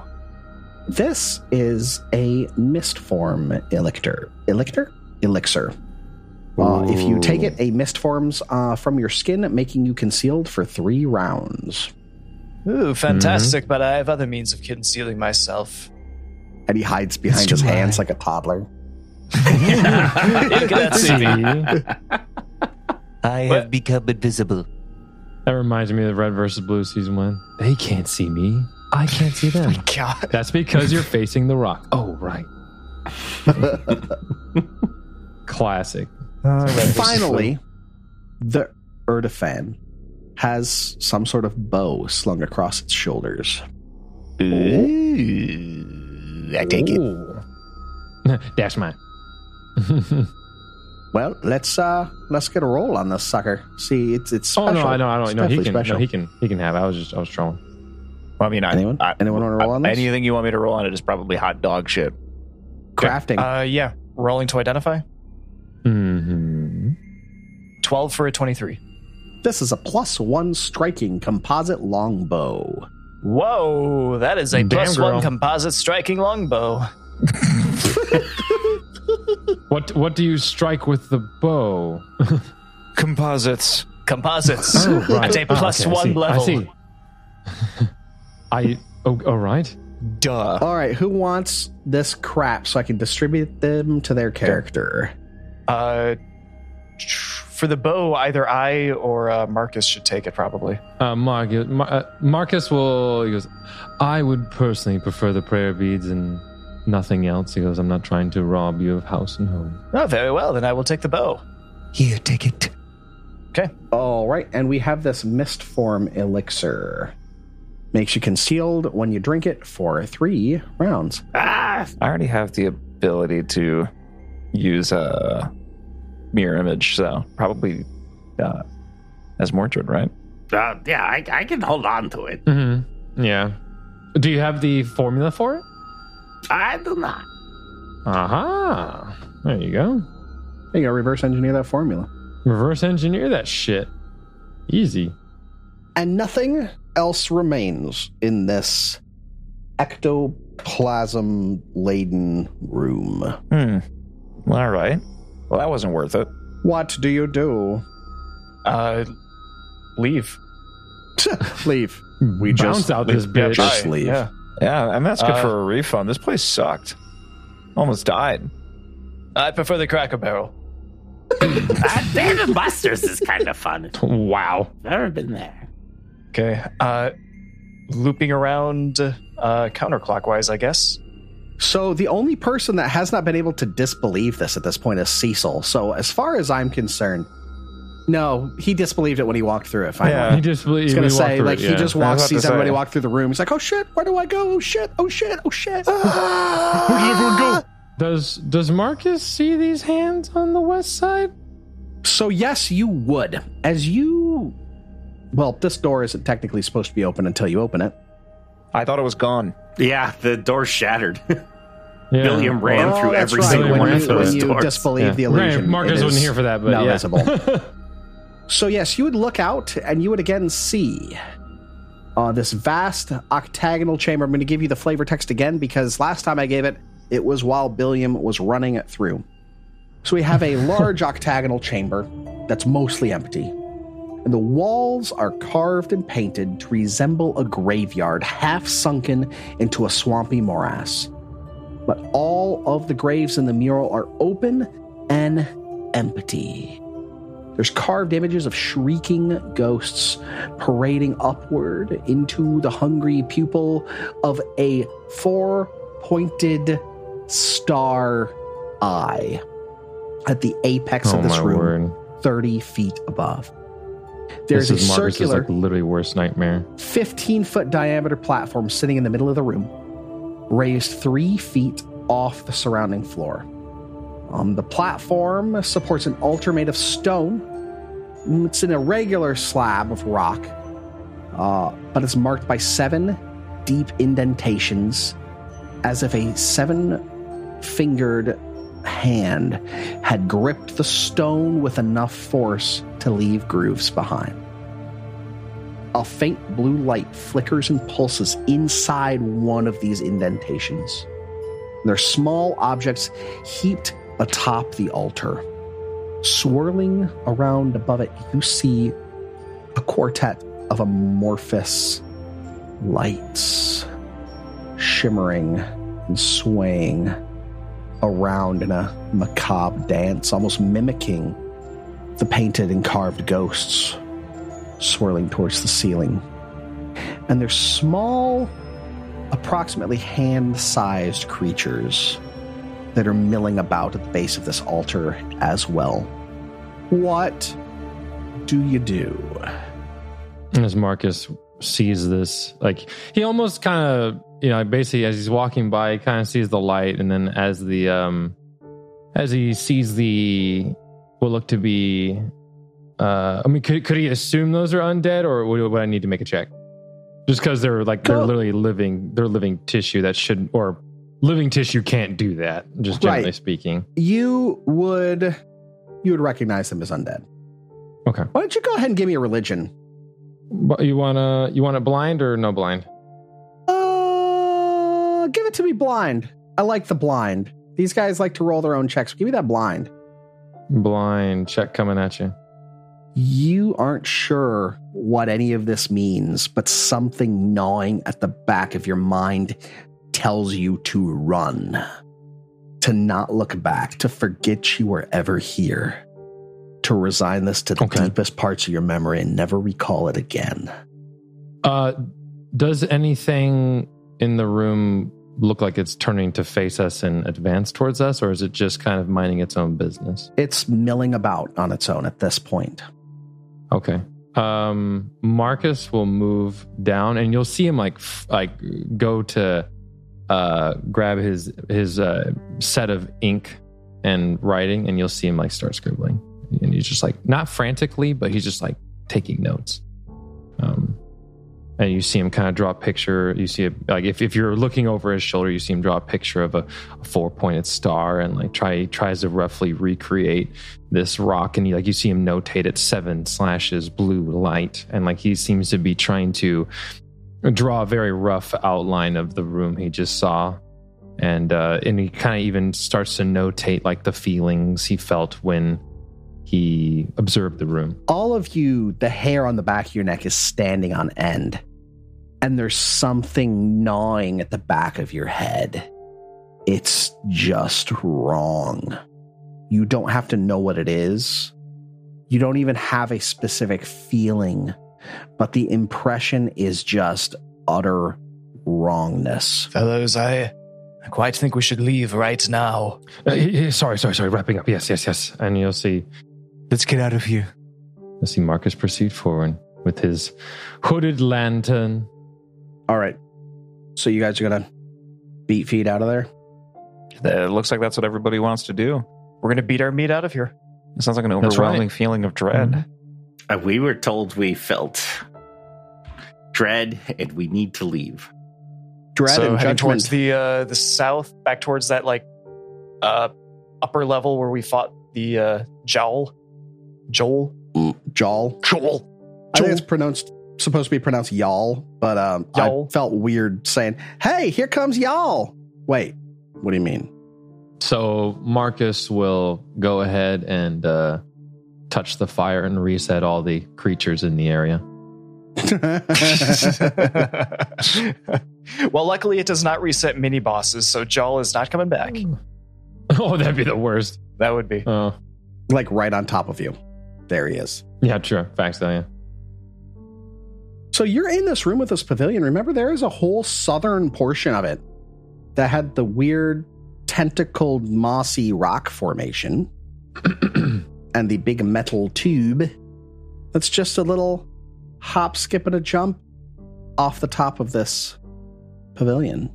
Speaker 2: This is a mist form elictor. Elictor? Elixir. Uh, if you take it, a mist forms uh, from your skin, making you concealed for three rounds.
Speaker 5: Mm-hmm.
Speaker 3: Ooh, fantastic! But I have other means of concealing myself.
Speaker 9: And he hides behind his hands like a toddler.
Speaker 3: Look at that
Speaker 5: See?
Speaker 3: CV.
Speaker 5: that
Speaker 3: But-
Speaker 7: I have become invisible.
Speaker 5: reminds me of Red versus Blue season one. They can't see me. I can't see them.
Speaker 3: God.
Speaker 5: That's because you're facing the rock. Oh, right. Classic.
Speaker 2: Finally, the Erdafan has some sort of bow slung across its shoulders.
Speaker 4: I take it.
Speaker 5: That's mine. Oh,
Speaker 2: Well, let's uh let's get a roll on this sucker. See, it's it's
Speaker 5: oh
Speaker 2: special.
Speaker 5: no, I know, I
Speaker 2: It's
Speaker 5: don't know. He
Speaker 2: definitely
Speaker 5: can, no, he can, he can have. it. I was just, I was trolling.
Speaker 6: I mean, I,
Speaker 2: Anyone?
Speaker 6: I,
Speaker 2: Anyone want to roll on this?
Speaker 6: anything you want me to roll on it is probably hot dog shit.
Speaker 2: Crafting.
Speaker 3: Uh, yeah. Rolling to identify.
Speaker 5: Mm-hmm.
Speaker 3: Twelve for a twenty-three.
Speaker 2: this is a plus one striking composite longbow.
Speaker 3: Whoa, that is a
Speaker 5: Damn,
Speaker 3: plus
Speaker 5: girl.
Speaker 3: one composite striking longbow.
Speaker 5: What, what do you strike with the bow?
Speaker 6: Composites.
Speaker 3: Composites at a plus
Speaker 5: Oh, okay, I
Speaker 3: one
Speaker 5: see,
Speaker 3: level.
Speaker 5: I see. I. Oh, all right.
Speaker 6: Duh.
Speaker 2: All right, who wants this crap so I can distribute them to their character?
Speaker 3: Uh, tr- for the bow, either I or uh, Marcus should take it probably.
Speaker 5: Uh, Marcus, Mar- uh, Marcus will. He goes. I would personally prefer the prayer beads and nothing else. He goes. I'm not trying to rob you of house and home.
Speaker 3: Oh, very well. Then I will take the bow.
Speaker 7: Here, take it.
Speaker 2: All right, and we have this mist form elixir. Makes you concealed when you drink it for three rounds.
Speaker 6: I already have the ability to use a mirror image, so probably uh, as Mordred, right?
Speaker 4: Uh, yeah, I, I can hold on to it.
Speaker 5: Mm-hmm. Yeah. Do you have the formula for it?
Speaker 4: I do not.
Speaker 5: Aha! There you go.
Speaker 2: There you go, reverse engineer that formula.
Speaker 5: Reverse engineer that shit. Easy.
Speaker 2: and nothing else remains in this ectoplasm laden room.
Speaker 6: Hmm. Well, all right. Well, that wasn't worth it.
Speaker 2: What do you do?
Speaker 3: Uh, leave.
Speaker 2: leave.
Speaker 5: We bounce out this bitch.
Speaker 2: Just leave.
Speaker 3: Yeah.
Speaker 6: Yeah, I mean that's good
Speaker 3: Uh,
Speaker 6: for a refund. This place sucked. Almost died.
Speaker 3: I prefer the Cracker Barrel.
Speaker 4: Uh, Dave and Buster's is kind of fun.
Speaker 5: Wow.
Speaker 4: Never been there.
Speaker 3: Okay. Uh, looping around uh, counterclockwise, I guess.
Speaker 2: So the only person that has not been able to disbelieve this at this point is Cecil. So as far as I'm concerned, no, he disbelieved it when he walked through it. Finally,
Speaker 5: He just
Speaker 2: he's
Speaker 5: we
Speaker 2: gonna
Speaker 5: walked
Speaker 2: say
Speaker 5: through
Speaker 2: like
Speaker 5: it,
Speaker 2: he
Speaker 5: yeah.
Speaker 2: just
Speaker 6: I was
Speaker 2: walks,
Speaker 6: about to
Speaker 2: sees
Speaker 6: say.
Speaker 2: everybody walk through the room. He's like, oh shit, where do I go? Oh shit, oh shit, oh shit.
Speaker 6: Ah.
Speaker 2: Ah.
Speaker 5: Where did everyone go? Does Does Marcus see these hands on the west side?
Speaker 2: So yes, you would. As you well, this door isn't technically supposed to be open until you open it.
Speaker 6: I thought it was gone.
Speaker 4: Yeah, the door shattered.
Speaker 5: Yeah.
Speaker 4: William ran
Speaker 2: Oh,
Speaker 4: through
Speaker 2: that's
Speaker 4: every
Speaker 2: right.
Speaker 4: single
Speaker 5: William
Speaker 4: one
Speaker 5: ran
Speaker 4: of
Speaker 5: through
Speaker 4: those
Speaker 2: When you
Speaker 4: doors.
Speaker 2: disbelieve the
Speaker 5: Yeah. Right,
Speaker 2: illusion,
Speaker 5: Marcus
Speaker 2: it
Speaker 5: wasn't
Speaker 2: is
Speaker 5: here for that, but
Speaker 2: now
Speaker 5: yeah.
Speaker 2: visible. So yes, you would look out and you would again see uh, this vast octagonal chamber. I'm going to give you the flavor text again because last time I gave it, it was while Billiam was running it through. So we have a large octagonal chamber that's mostly empty. And the walls are carved and painted to resemble a graveyard half sunken into a swampy morass. But all of the graves in the mural are open and empty. There's carved images of shrieking ghosts parading upward into the hungry pupil of a four pointed star eye at the apex
Speaker 5: Oh
Speaker 2: of this
Speaker 5: my
Speaker 2: room,
Speaker 5: word.
Speaker 2: 30 feet above. There's
Speaker 5: this
Speaker 2: a
Speaker 5: is Marcus's
Speaker 2: circular
Speaker 5: like literally worst nightmare.
Speaker 2: 15 foot diameter platform sitting in the middle of the room, raised three feet off the surrounding floor. Um, the platform supports an altar made of stone. Mm, It's an irregular slab of rock, uh, but it's marked by seven deep indentations as if a seven fingered hand had gripped the stone with enough force to leave grooves behind. A faint blue light flickers and pulses inside one of these indentations. They're small objects heaped atop the altar. Swirling around above it, you see a quartet of amorphous lights shimmering and swaying around in a macabre dance, almost mimicking the painted and carved ghosts swirling towards the ceiling. And they're small, approximately hand sized creatures that are milling about at the base of this altar as well. What do you do?
Speaker 5: And as Marcus sees this, like he almost kind of, you know, basically as he's walking by, he kind of sees the light, and then as the um, as he sees the what look to be, uh, I mean, could could he assume those are undead, or would, would I need to make a check? Just because they're like they're
Speaker 2: Cool.
Speaker 5: literally living, they're living tissue that should or living tissue can't do that. Just generally
Speaker 2: Right.
Speaker 5: speaking,
Speaker 2: You would you would recognize them as undead.
Speaker 5: Okay.
Speaker 2: Why don't you go ahead and give me a religion?
Speaker 5: but you wanna you want it blind or no blind?
Speaker 2: Uh, give it to me blind. I like the blind. These guys like to roll their own checks. Give me that blind.
Speaker 5: Blind check coming at you.
Speaker 2: You aren't sure what any of this means, but something gnawing at the back of your mind tells you to run, to not look back, to forget you were ever here, to resign this to the
Speaker 5: Okay.
Speaker 2: deepest parts of your memory and never recall it again.
Speaker 5: Uh, does anything in the room look like it's turning to face us and advance towards us, or is it just kind of minding its own business?
Speaker 2: It's milling about on its own at this point.
Speaker 5: Okay. Um, Marcus will move down, and you'll see him like f- like go to uh grab his his uh set of ink and writing, and you'll see him like start scribbling, and he's just like not frantically, but he's just like taking notes. Um, and you see him kind of draw a picture. You see it like if if you're looking over his shoulder, you see him draw a picture of a, a four pointed star, and like try he tries to roughly recreate this rock and you like you see him notate it seven slashes blue light and like he seems to be trying to draw a very rough outline of the room he just saw and uh and he kind of even starts to notate like the feelings he felt when he observed the room
Speaker 2: all of you, the hair on the back of your neck is standing on end. And there's something gnawing at the back of your head. It's just wrong. You don't have to know what it is. You don't even have a specific feeling, but the impression is just utter wrongness.
Speaker 3: Fellows, I I quite think we should leave right now.
Speaker 5: Uh, he- he- sorry sorry sorry wrapping up yes yes yes and you'll see
Speaker 7: Let's get out of here.
Speaker 5: you'll see marcus proceed forward with his hooded lantern
Speaker 2: All right. So you guys are going to beat feet out of there?
Speaker 6: It looks like that's what everybody wants to do.
Speaker 3: We're gonna beat our meat out of here.
Speaker 6: It sounds like an
Speaker 5: That's
Speaker 6: overwhelming
Speaker 5: right. Mm-hmm.
Speaker 6: feeling of dread.
Speaker 4: Uh, we were told we felt dread and we need to leave.
Speaker 2: Dread
Speaker 3: so
Speaker 2: and
Speaker 3: heading
Speaker 2: judgment.
Speaker 3: towards the uh, the south, back towards that like uh, upper level where we fought the uh, Jowl, Joel,
Speaker 2: Mm, Jol.
Speaker 3: Joel.
Speaker 2: I think
Speaker 3: Joel.
Speaker 2: it's pronounced supposed to be pronounced y'all, but um,
Speaker 3: Y'all.
Speaker 2: I felt weird saying, "Hey, here comes y'all." Wait, what do you mean?
Speaker 5: So Marcus will go ahead and uh, touch the fire and reset all the creatures in the area.
Speaker 3: well, luckily it does not reset mini bosses, so Jowl is not coming back.
Speaker 5: Mm. oh, that'd be the worst.
Speaker 3: That would be.
Speaker 5: Oh,
Speaker 2: like right on top of you. There he is.
Speaker 5: yeah, sure. Facts, though, yeah.
Speaker 2: So you're in this room with this pavilion. Remember, there is a whole southern portion of it that had the weird tentacled mossy rock formation and the big metal tube. That's just a little hop, skip, and a jump off the top of this pavilion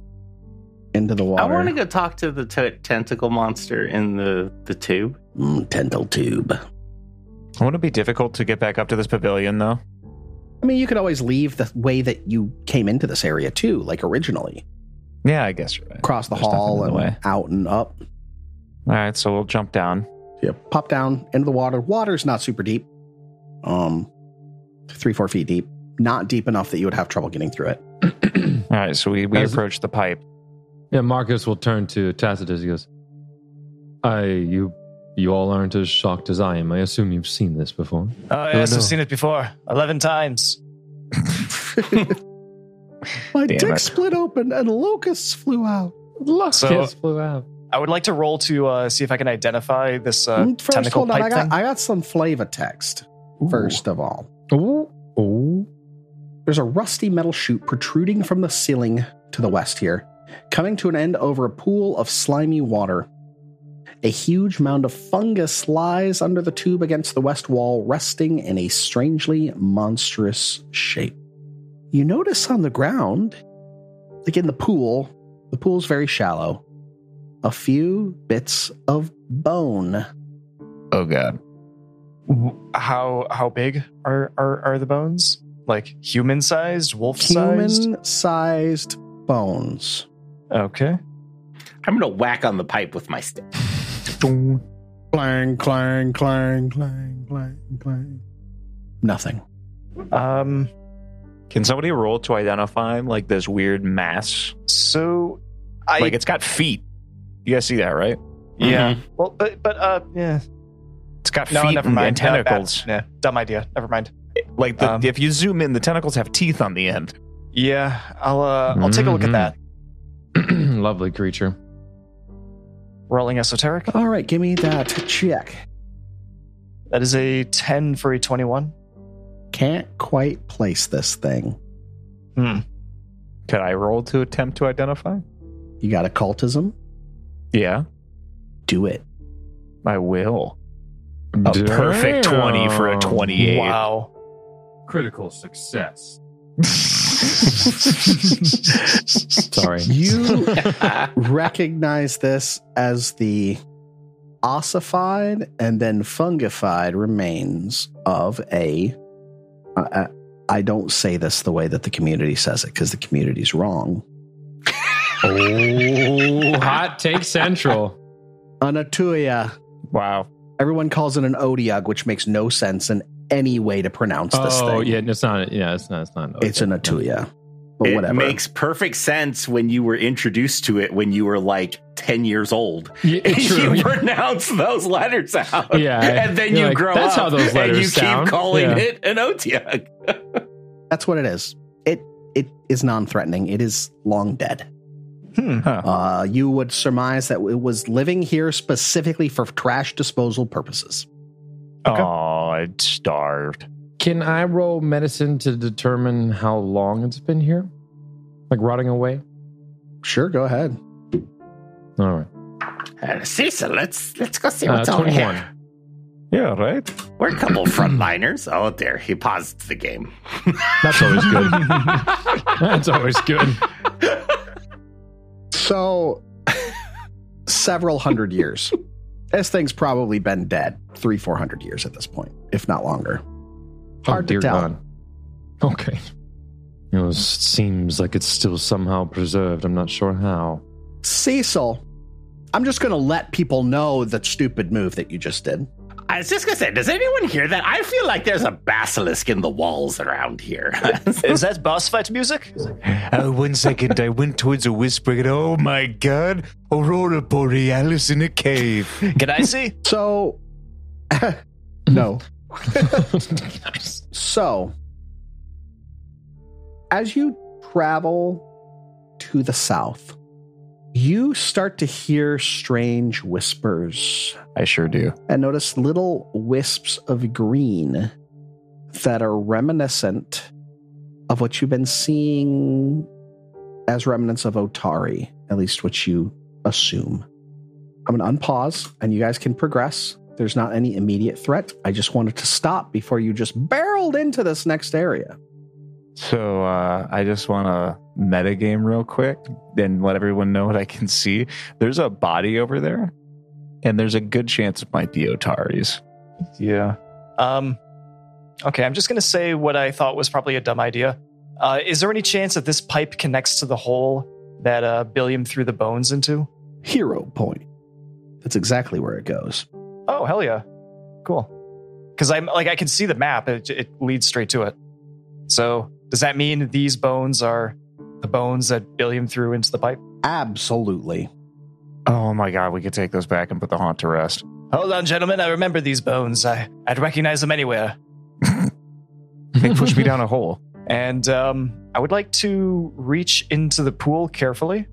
Speaker 2: into the
Speaker 4: I want
Speaker 2: water.
Speaker 4: to go talk to the t- tentacle monster in the, the tube.
Speaker 2: Mm, tentacle tube.
Speaker 6: Wouldn't it be difficult to get back up to this pavilion, though?
Speaker 2: I mean, you could always leave the way that you came into this area too, like originally,
Speaker 6: Yeah, I guess you're right.
Speaker 2: across the
Speaker 6: There's nothing
Speaker 2: hall
Speaker 6: in
Speaker 2: and
Speaker 6: the way.
Speaker 2: out and up.
Speaker 6: All right, so we'll jump down.
Speaker 2: Pop down into the water. Water's not super deep. um, three, four feet deep. Not deep enough that you would have trouble getting through it.
Speaker 6: All right, so we, we
Speaker 5: As-
Speaker 6: approach the pipe.
Speaker 5: Yeah, Marcus will turn to Tacitus. He goes, "I you you all aren't as shocked as I am. I assume you've seen this before."
Speaker 3: Oh, yes,
Speaker 5: no.
Speaker 3: I've seen it before. 11 times.
Speaker 2: My
Speaker 6: Damn
Speaker 2: dick
Speaker 6: it.
Speaker 2: split open and locusts flew out.
Speaker 3: So
Speaker 5: flew out.
Speaker 3: I would like to roll to uh, see if I can identify this uh,
Speaker 2: Mm, First,
Speaker 3: tentacle
Speaker 2: hold on.
Speaker 3: pipe
Speaker 2: I got,
Speaker 3: thing.
Speaker 2: I got some flavor text, first of all.
Speaker 5: Ooh, ooh.
Speaker 2: There's a rusty metal chute protruding from the ceiling to the west here, coming to an end over a pool of slimy water. A huge mound of fungus lies under the tube against the west wall, resting in a strangely monstrous shape. You notice on the ground, like in the pool, the pool's very shallow, a few bits of bone.
Speaker 6: Oh god.
Speaker 3: how how big are, are, are the bones? Like human sized, wolf sized?
Speaker 2: Human sized bones.
Speaker 3: Okay.
Speaker 4: I'm gonna whack on the pipe with my stick.
Speaker 9: Clang, clang, clang, clang, clang, clang.
Speaker 2: Nothing.
Speaker 3: Um,
Speaker 6: Can somebody roll to identify like this weird mass?
Speaker 3: so I.
Speaker 6: like it's got feet. You guys see that, right?
Speaker 3: yeah. Well, but, but uh, yeah.
Speaker 6: It's got
Speaker 3: No,
Speaker 6: feet
Speaker 3: never
Speaker 6: and-
Speaker 3: mind.
Speaker 6: and
Speaker 3: No, bad.
Speaker 6: tentacles.
Speaker 3: Yeah, dumb idea. Never mind.
Speaker 6: Like the,
Speaker 3: Um,
Speaker 6: if you zoom in, the tentacles have teeth on the end.
Speaker 3: Yeah, I'll uh, I'll take a look at
Speaker 5: Mhm.
Speaker 3: that.
Speaker 5: Lovely creature.
Speaker 3: Rolling esoteric.
Speaker 2: All right, give me that check.
Speaker 3: That is a ten for a twenty-one.
Speaker 2: can't quite place this thing.
Speaker 6: Could I roll to attempt to identify?
Speaker 2: You got occultism?
Speaker 6: Yeah,
Speaker 2: Do it.
Speaker 6: I will. A perfect 20 for a 28.
Speaker 3: Wow.
Speaker 5: Critical success.
Speaker 6: Sorry.
Speaker 2: You recognize this as the ossified and then fungified remains of a. I, I, I don't say this the way that the community says it because the community's wrong.
Speaker 5: Oh, hot take central.
Speaker 2: An Atuya.
Speaker 6: Wow.
Speaker 2: Everyone calls it an Odiug, which makes no sense in any way to pronounce this
Speaker 5: oh,
Speaker 2: thing.
Speaker 5: yeah, it's not. Yeah, it's not. It's not.
Speaker 2: It's an Atuya. But
Speaker 4: it
Speaker 2: whatever.
Speaker 4: makes perfect sense when you were introduced to it when you were like 10 years old.
Speaker 5: Yeah,
Speaker 4: And
Speaker 5: true.
Speaker 4: you pronounce those letters out.
Speaker 5: Yeah.
Speaker 4: And then
Speaker 5: You're
Speaker 4: you
Speaker 5: like,
Speaker 4: grow
Speaker 5: "That's
Speaker 4: up
Speaker 5: how those
Speaker 4: and you
Speaker 5: letters sound."
Speaker 4: keep calling
Speaker 5: Yeah.
Speaker 4: it an otiug.
Speaker 2: That's what it is. It it is non-threatening. It is long dead.
Speaker 3: Hmm.
Speaker 2: Uh, you would surmise that it was living here specifically for trash disposal purposes.
Speaker 3: Okay.
Speaker 6: Oh, it starved.
Speaker 5: Can I roll medicine to determine how long it's been here, like rotting away?
Speaker 2: Sure, go ahead.
Speaker 5: All right.
Speaker 4: Uh, Cecil, let's let's go see
Speaker 5: Uh,
Speaker 4: what's on
Speaker 5: 21.
Speaker 4: here.
Speaker 6: Yeah, right?
Speaker 4: We're a couple frontliners. Oh, there. He paused the game.
Speaker 5: That's always good. That's always good. Oh,
Speaker 2: So, several hundred years. This thing's probably been dead three, four hundred years at this point, if not longer. Hard
Speaker 5: oh,
Speaker 2: to
Speaker 5: dear
Speaker 2: tell.
Speaker 5: God. Okay. You know, it seems like it's still somehow preserved. I'm not sure how.
Speaker 2: Cecil, I'm just going to let people know the stupid move that you just did.
Speaker 4: I was just gonna say, does anyone hear that? I feel like there's a basilisk in the walls around here.
Speaker 3: is that boss fight music?
Speaker 7: Uh, one second, I went towards a whisper and oh my god, Aurora Borealis in a cave.
Speaker 3: Can I see?
Speaker 2: So, no.
Speaker 5: nice.
Speaker 2: So, as you travel to the south, you start to hear strange whispers
Speaker 6: I sure do.
Speaker 2: and notice little wisps of green that are reminiscent of what you've been seeing as remnants of Otari, at least what you assume. I'm going to unpause and you guys can progress. There's not any immediate threat. I just wanted to stop before you just barreled into this next area.
Speaker 6: So uh, I just want to metagame real quick and let everyone know what I can see. There's a body over there, and there's a good chance it might be Otari's.
Speaker 3: Yeah. Um. Okay, I'm just gonna say what I thought was probably a dumb idea. Uh, is there any chance that this pipe connects to the hole that uh, Billiam threw the bones into?
Speaker 2: Hero point. That's exactly where it goes.
Speaker 3: Oh hell yeah! Cool. because I'm like I can see the map. It, it leads straight to it. So does that mean these bones are the bones that Billiam threw into the pipe?
Speaker 2: Absolutely.
Speaker 6: Oh my god, we could take those back and put the haunt to rest.
Speaker 3: Hold on, gentlemen. I remember these bones. I, I'd recognize them anywhere.
Speaker 6: They pushed me down a hole.
Speaker 3: And um, I would like to reach into the pool carefully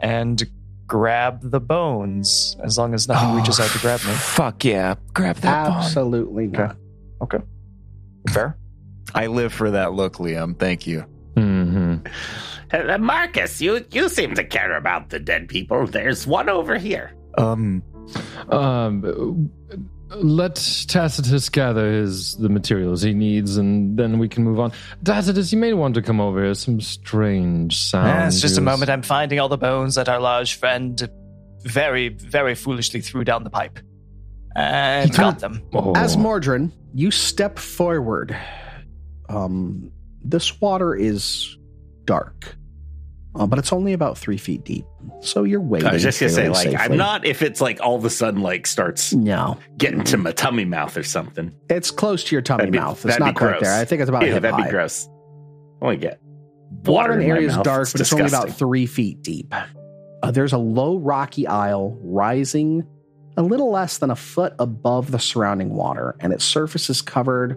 Speaker 3: and grab the bones, as long as nothing reaches out to grab me.
Speaker 6: Oh, Fuck yeah. Grab that bone.
Speaker 2: Absolutely not.
Speaker 3: Fair?
Speaker 6: I live for that look, Liam. Thank you.
Speaker 5: hmm
Speaker 4: Uh, Marcus, you you seem to care about the dead people. There's one over here.
Speaker 7: Um,
Speaker 5: Um, let Tacitus gather his the materials he needs, and then we can move on. Tacitus, you may want to come over here. Some strange sounds.
Speaker 3: Ah, it's just a
Speaker 5: you-
Speaker 3: moment. I'm finding all the bones that our large friend very, very foolishly threw down the pipe. And got them.
Speaker 5: Oh.
Speaker 2: As Mordrin, you step forward. Um, this water is dark, uh, but it's only about three feet deep, so you're wading.
Speaker 4: I was just gonna say,
Speaker 2: fairly
Speaker 4: like, I'm
Speaker 2: safely.
Speaker 4: not if it's like all of a sudden like starts
Speaker 2: No,
Speaker 4: getting to my tummy mouth or something.
Speaker 2: it's close to your tummy
Speaker 4: That'd be-
Speaker 2: mouth. It's
Speaker 4: that'd be
Speaker 2: not quite
Speaker 4: gross.
Speaker 2: there. I think it's about
Speaker 4: Ew,
Speaker 2: hip
Speaker 4: that'd
Speaker 2: high.
Speaker 4: be gross. I only get
Speaker 2: Water in the
Speaker 4: my
Speaker 2: area is
Speaker 4: mouth.
Speaker 2: dark,
Speaker 4: It's
Speaker 2: but it's only about
Speaker 4: disgusting.
Speaker 2: three feet deep. Uh, there's a low rocky isle rising a little less than a foot above the surrounding water, and its surface is covered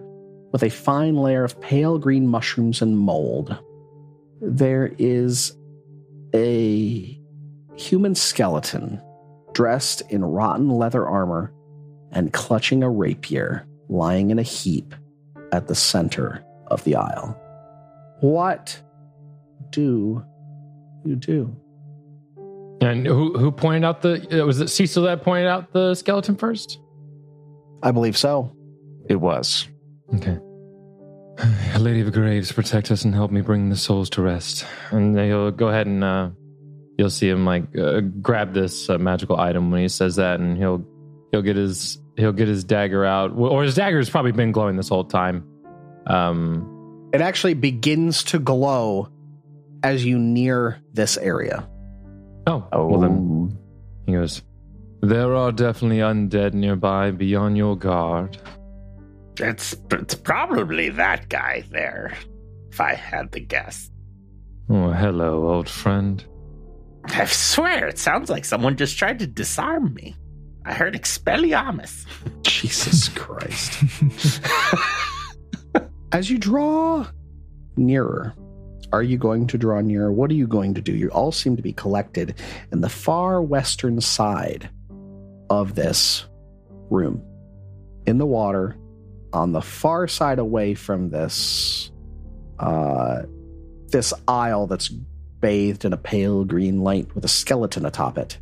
Speaker 2: with a fine layer of pale green mushrooms and mold. There is a human skeleton dressed in rotten leather armor and clutching a rapier lying in a heap at the center of the aisle. What do you do?
Speaker 5: And who who pointed out the uh, was it Cecil that pointed out the skeleton first?
Speaker 2: I believe so.
Speaker 6: It was.
Speaker 5: Okay. Lady of the Graves, protect us and help me bring the souls to rest. And then he'll go ahead and uh, you'll see him like uh, grab this uh, magical item when he says that, and he'll he'll get his he'll get his dagger out, or his dagger's probably been glowing this whole time. Um,
Speaker 2: It actually begins to glow as you near this area.
Speaker 5: oh, well then he goes. There are definitely undead nearby. Be on your guard.
Speaker 4: It's it's probably that guy there. If I had to guess,
Speaker 5: Oh, hello, old friend.
Speaker 4: I swear it sounds like someone just tried to disarm me. I heard Expelliarmus.
Speaker 2: Jesus Christ. as you draw nearer, are you going to draw nearer? What are you going to do? You all seem to be collected in the far western side of this room. In the water, on the far side away from this uh this aisle that's bathed in a pale green light with a skeleton atop it.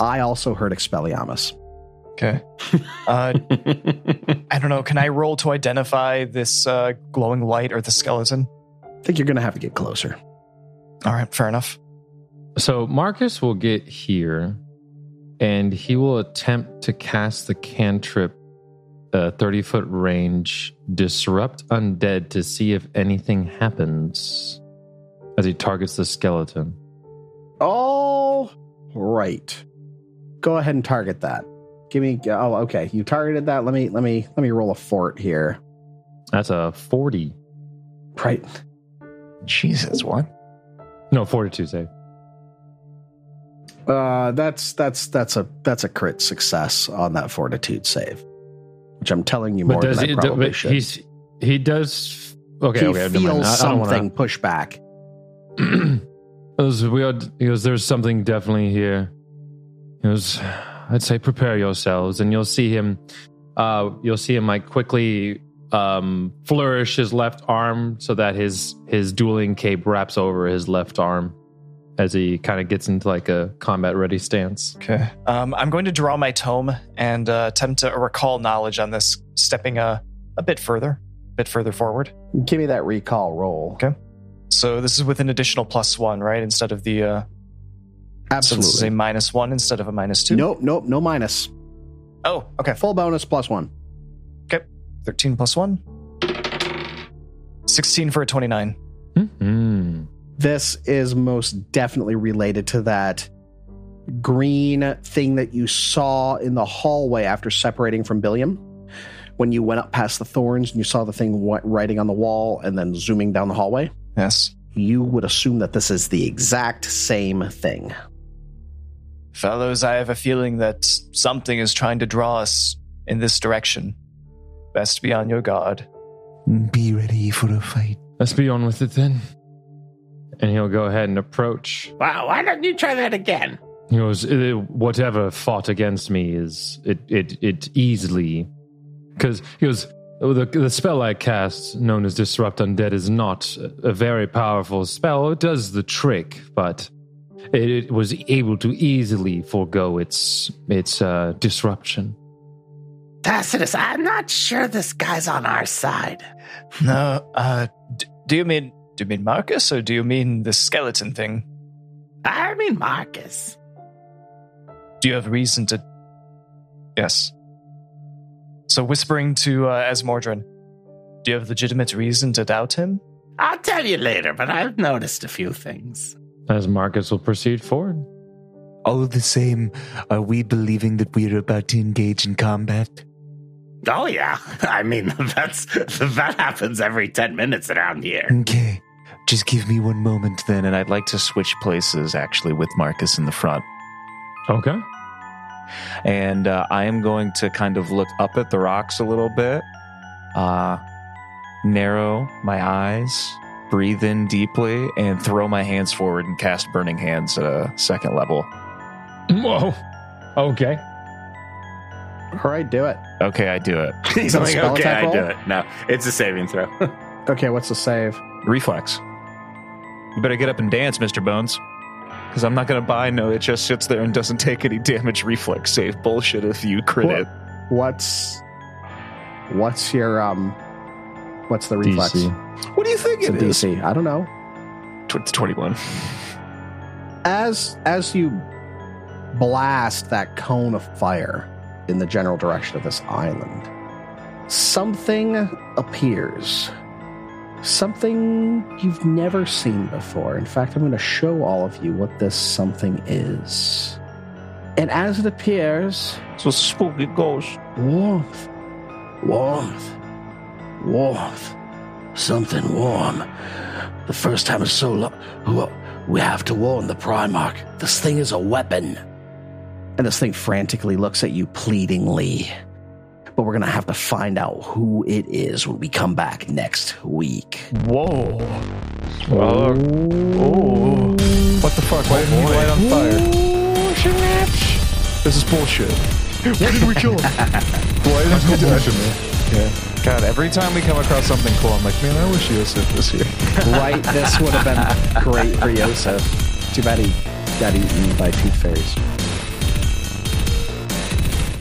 Speaker 2: I also heard Expelliarmus.
Speaker 3: Okay. Uh, I don't know. Can I roll to identify this uh, glowing light or the skeleton?
Speaker 2: I think you're gonna have to get closer.
Speaker 3: All right, fair enough.
Speaker 5: So Marcus will get here, and he will attempt to cast the cantrip, uh, thirty foot range, disrupt undead to see if anything happens as he targets the skeleton.
Speaker 2: All right. Go ahead and target that. Give me oh okay, you targeted that. Let me let me let me roll a fort here.
Speaker 5: That's a forty,
Speaker 2: Right.
Speaker 6: Jesus, what?
Speaker 5: no forty-two save.
Speaker 2: Uh that's that's that's a that's a crit success on that fortitude save. Which I'm telling you more than I
Speaker 5: he?
Speaker 2: probably
Speaker 5: but
Speaker 2: should.
Speaker 5: he's he does. Okay,
Speaker 2: he
Speaker 5: okay, never mind.
Speaker 2: feels
Speaker 5: I- I don't wanna-
Speaker 2: something push back.
Speaker 5: There's, we are, he goes, there's something definitely here. He goes, I'd say prepare yourselves, and you'll see him. Uh, you'll see him like quickly um, flourish his left arm so that his his dueling cape wraps over his left arm as he kind of gets into like a combat ready stance.
Speaker 3: Okay. Um, I'm going to draw my tome and uh, attempt to recall knowledge on this, stepping a, a bit further, a bit further forward.
Speaker 2: Give me that recall roll.
Speaker 3: Okay. So this is with an additional plus one, right? Instead of the uh, so this is a
Speaker 2: Absolutely.
Speaker 3: minus one instead of a minus two.
Speaker 2: Nope, nope, no minus.
Speaker 3: Oh, okay.
Speaker 2: Full bonus plus one.
Speaker 3: 13 plus 1. 16 for a 29.
Speaker 5: hmm
Speaker 2: this is most definitely related to that green thing that you saw in the hallway after separating from Billiam, when you went up past the thorns and you saw the thing wi- writing on the wall and then zooming down the hallway?
Speaker 6: Yes.
Speaker 2: You would assume that this is the exact same thing.
Speaker 3: Fellows, I have a feeling that something is trying to draw us in this direction. Best be on your guard.
Speaker 7: Be ready for a fight.
Speaker 5: Let's be on with it then. And he'll go ahead and approach.
Speaker 4: Wow, why don't you try that again?
Speaker 5: He goes, "Eh, whatever fought against me is it it it easily, because he goes. "Oh, The, the spell I cast, known as Disrupt Undead, is not a very powerful spell. It does the trick, but it, it was able to easily forego its its uh, disruption.
Speaker 4: Tacitus, I'm not sure this guy's on our side.
Speaker 3: No, uh, d- do you mean do you mean Marcus or do you mean the skeleton thing?
Speaker 4: I mean, Marcus.
Speaker 3: Do you have reason to? Yes. So, whispering to uh, Asmordran, do you have legitimate reason to doubt him?
Speaker 4: I'll tell you later, but I've noticed a few things.
Speaker 5: As Marcus will proceed forward,
Speaker 7: All the same, are we believing that we're about to engage in combat?
Speaker 4: Oh yeah, I mean that's that happens every ten minutes around here.
Speaker 7: Okay. Just give me one moment then.
Speaker 6: Then, and I'd like to switch places actually with Marcus in the front.
Speaker 5: okay.
Speaker 6: and uh, I am going to kind of look up at the rocks a little bit, uh, narrow my eyes, breathe in deeply, and throw my hands forward and cast Burning Hands at a second level.
Speaker 5: Whoa, okay.
Speaker 2: All right, do it.
Speaker 6: Okay, I do it.
Speaker 4: He's
Speaker 2: that a
Speaker 4: like,
Speaker 2: spell
Speaker 4: okay,
Speaker 2: attack
Speaker 4: I do
Speaker 2: roll?
Speaker 4: it. No, it's a saving throw.
Speaker 2: Okay, what's the save?
Speaker 6: Reflex. You better get up and dance, Mr. Bones. Because I'm not going to buy no, it just sits there and doesn't take any damage reflex save bullshit if you crit it.
Speaker 2: What's what's your um what's the reflex?
Speaker 5: DC.
Speaker 6: What do you think
Speaker 2: It's a
Speaker 6: it is?
Speaker 2: DC. I don't know.
Speaker 6: Tw- It's 21.
Speaker 2: as as you blast that cone of fire in the general direction of this island something appears something you've never seen before in fact i'm going to show all of you what this something is and as it appears
Speaker 6: So spooky ghost.
Speaker 2: warmth
Speaker 8: Warmth. Warmth. Something warm. The first time in so long. We have to warn the Primarch. This thing is a weapon.
Speaker 2: And this thing frantically looks at you pleadingly. But we're going to have to find out who it is when we come back next week.
Speaker 3: Whoa!
Speaker 6: What the fuck? Why
Speaker 10: Oh,
Speaker 6: didn't he light on fire? This is bullshit.
Speaker 10: Why didn't you do that to me?
Speaker 6: God, every time we come across something cool, I'm like,
Speaker 10: Man, I wish you had said this here.
Speaker 2: right? This would have been great for Yosef. Too bad he got eaten by tooth fairies.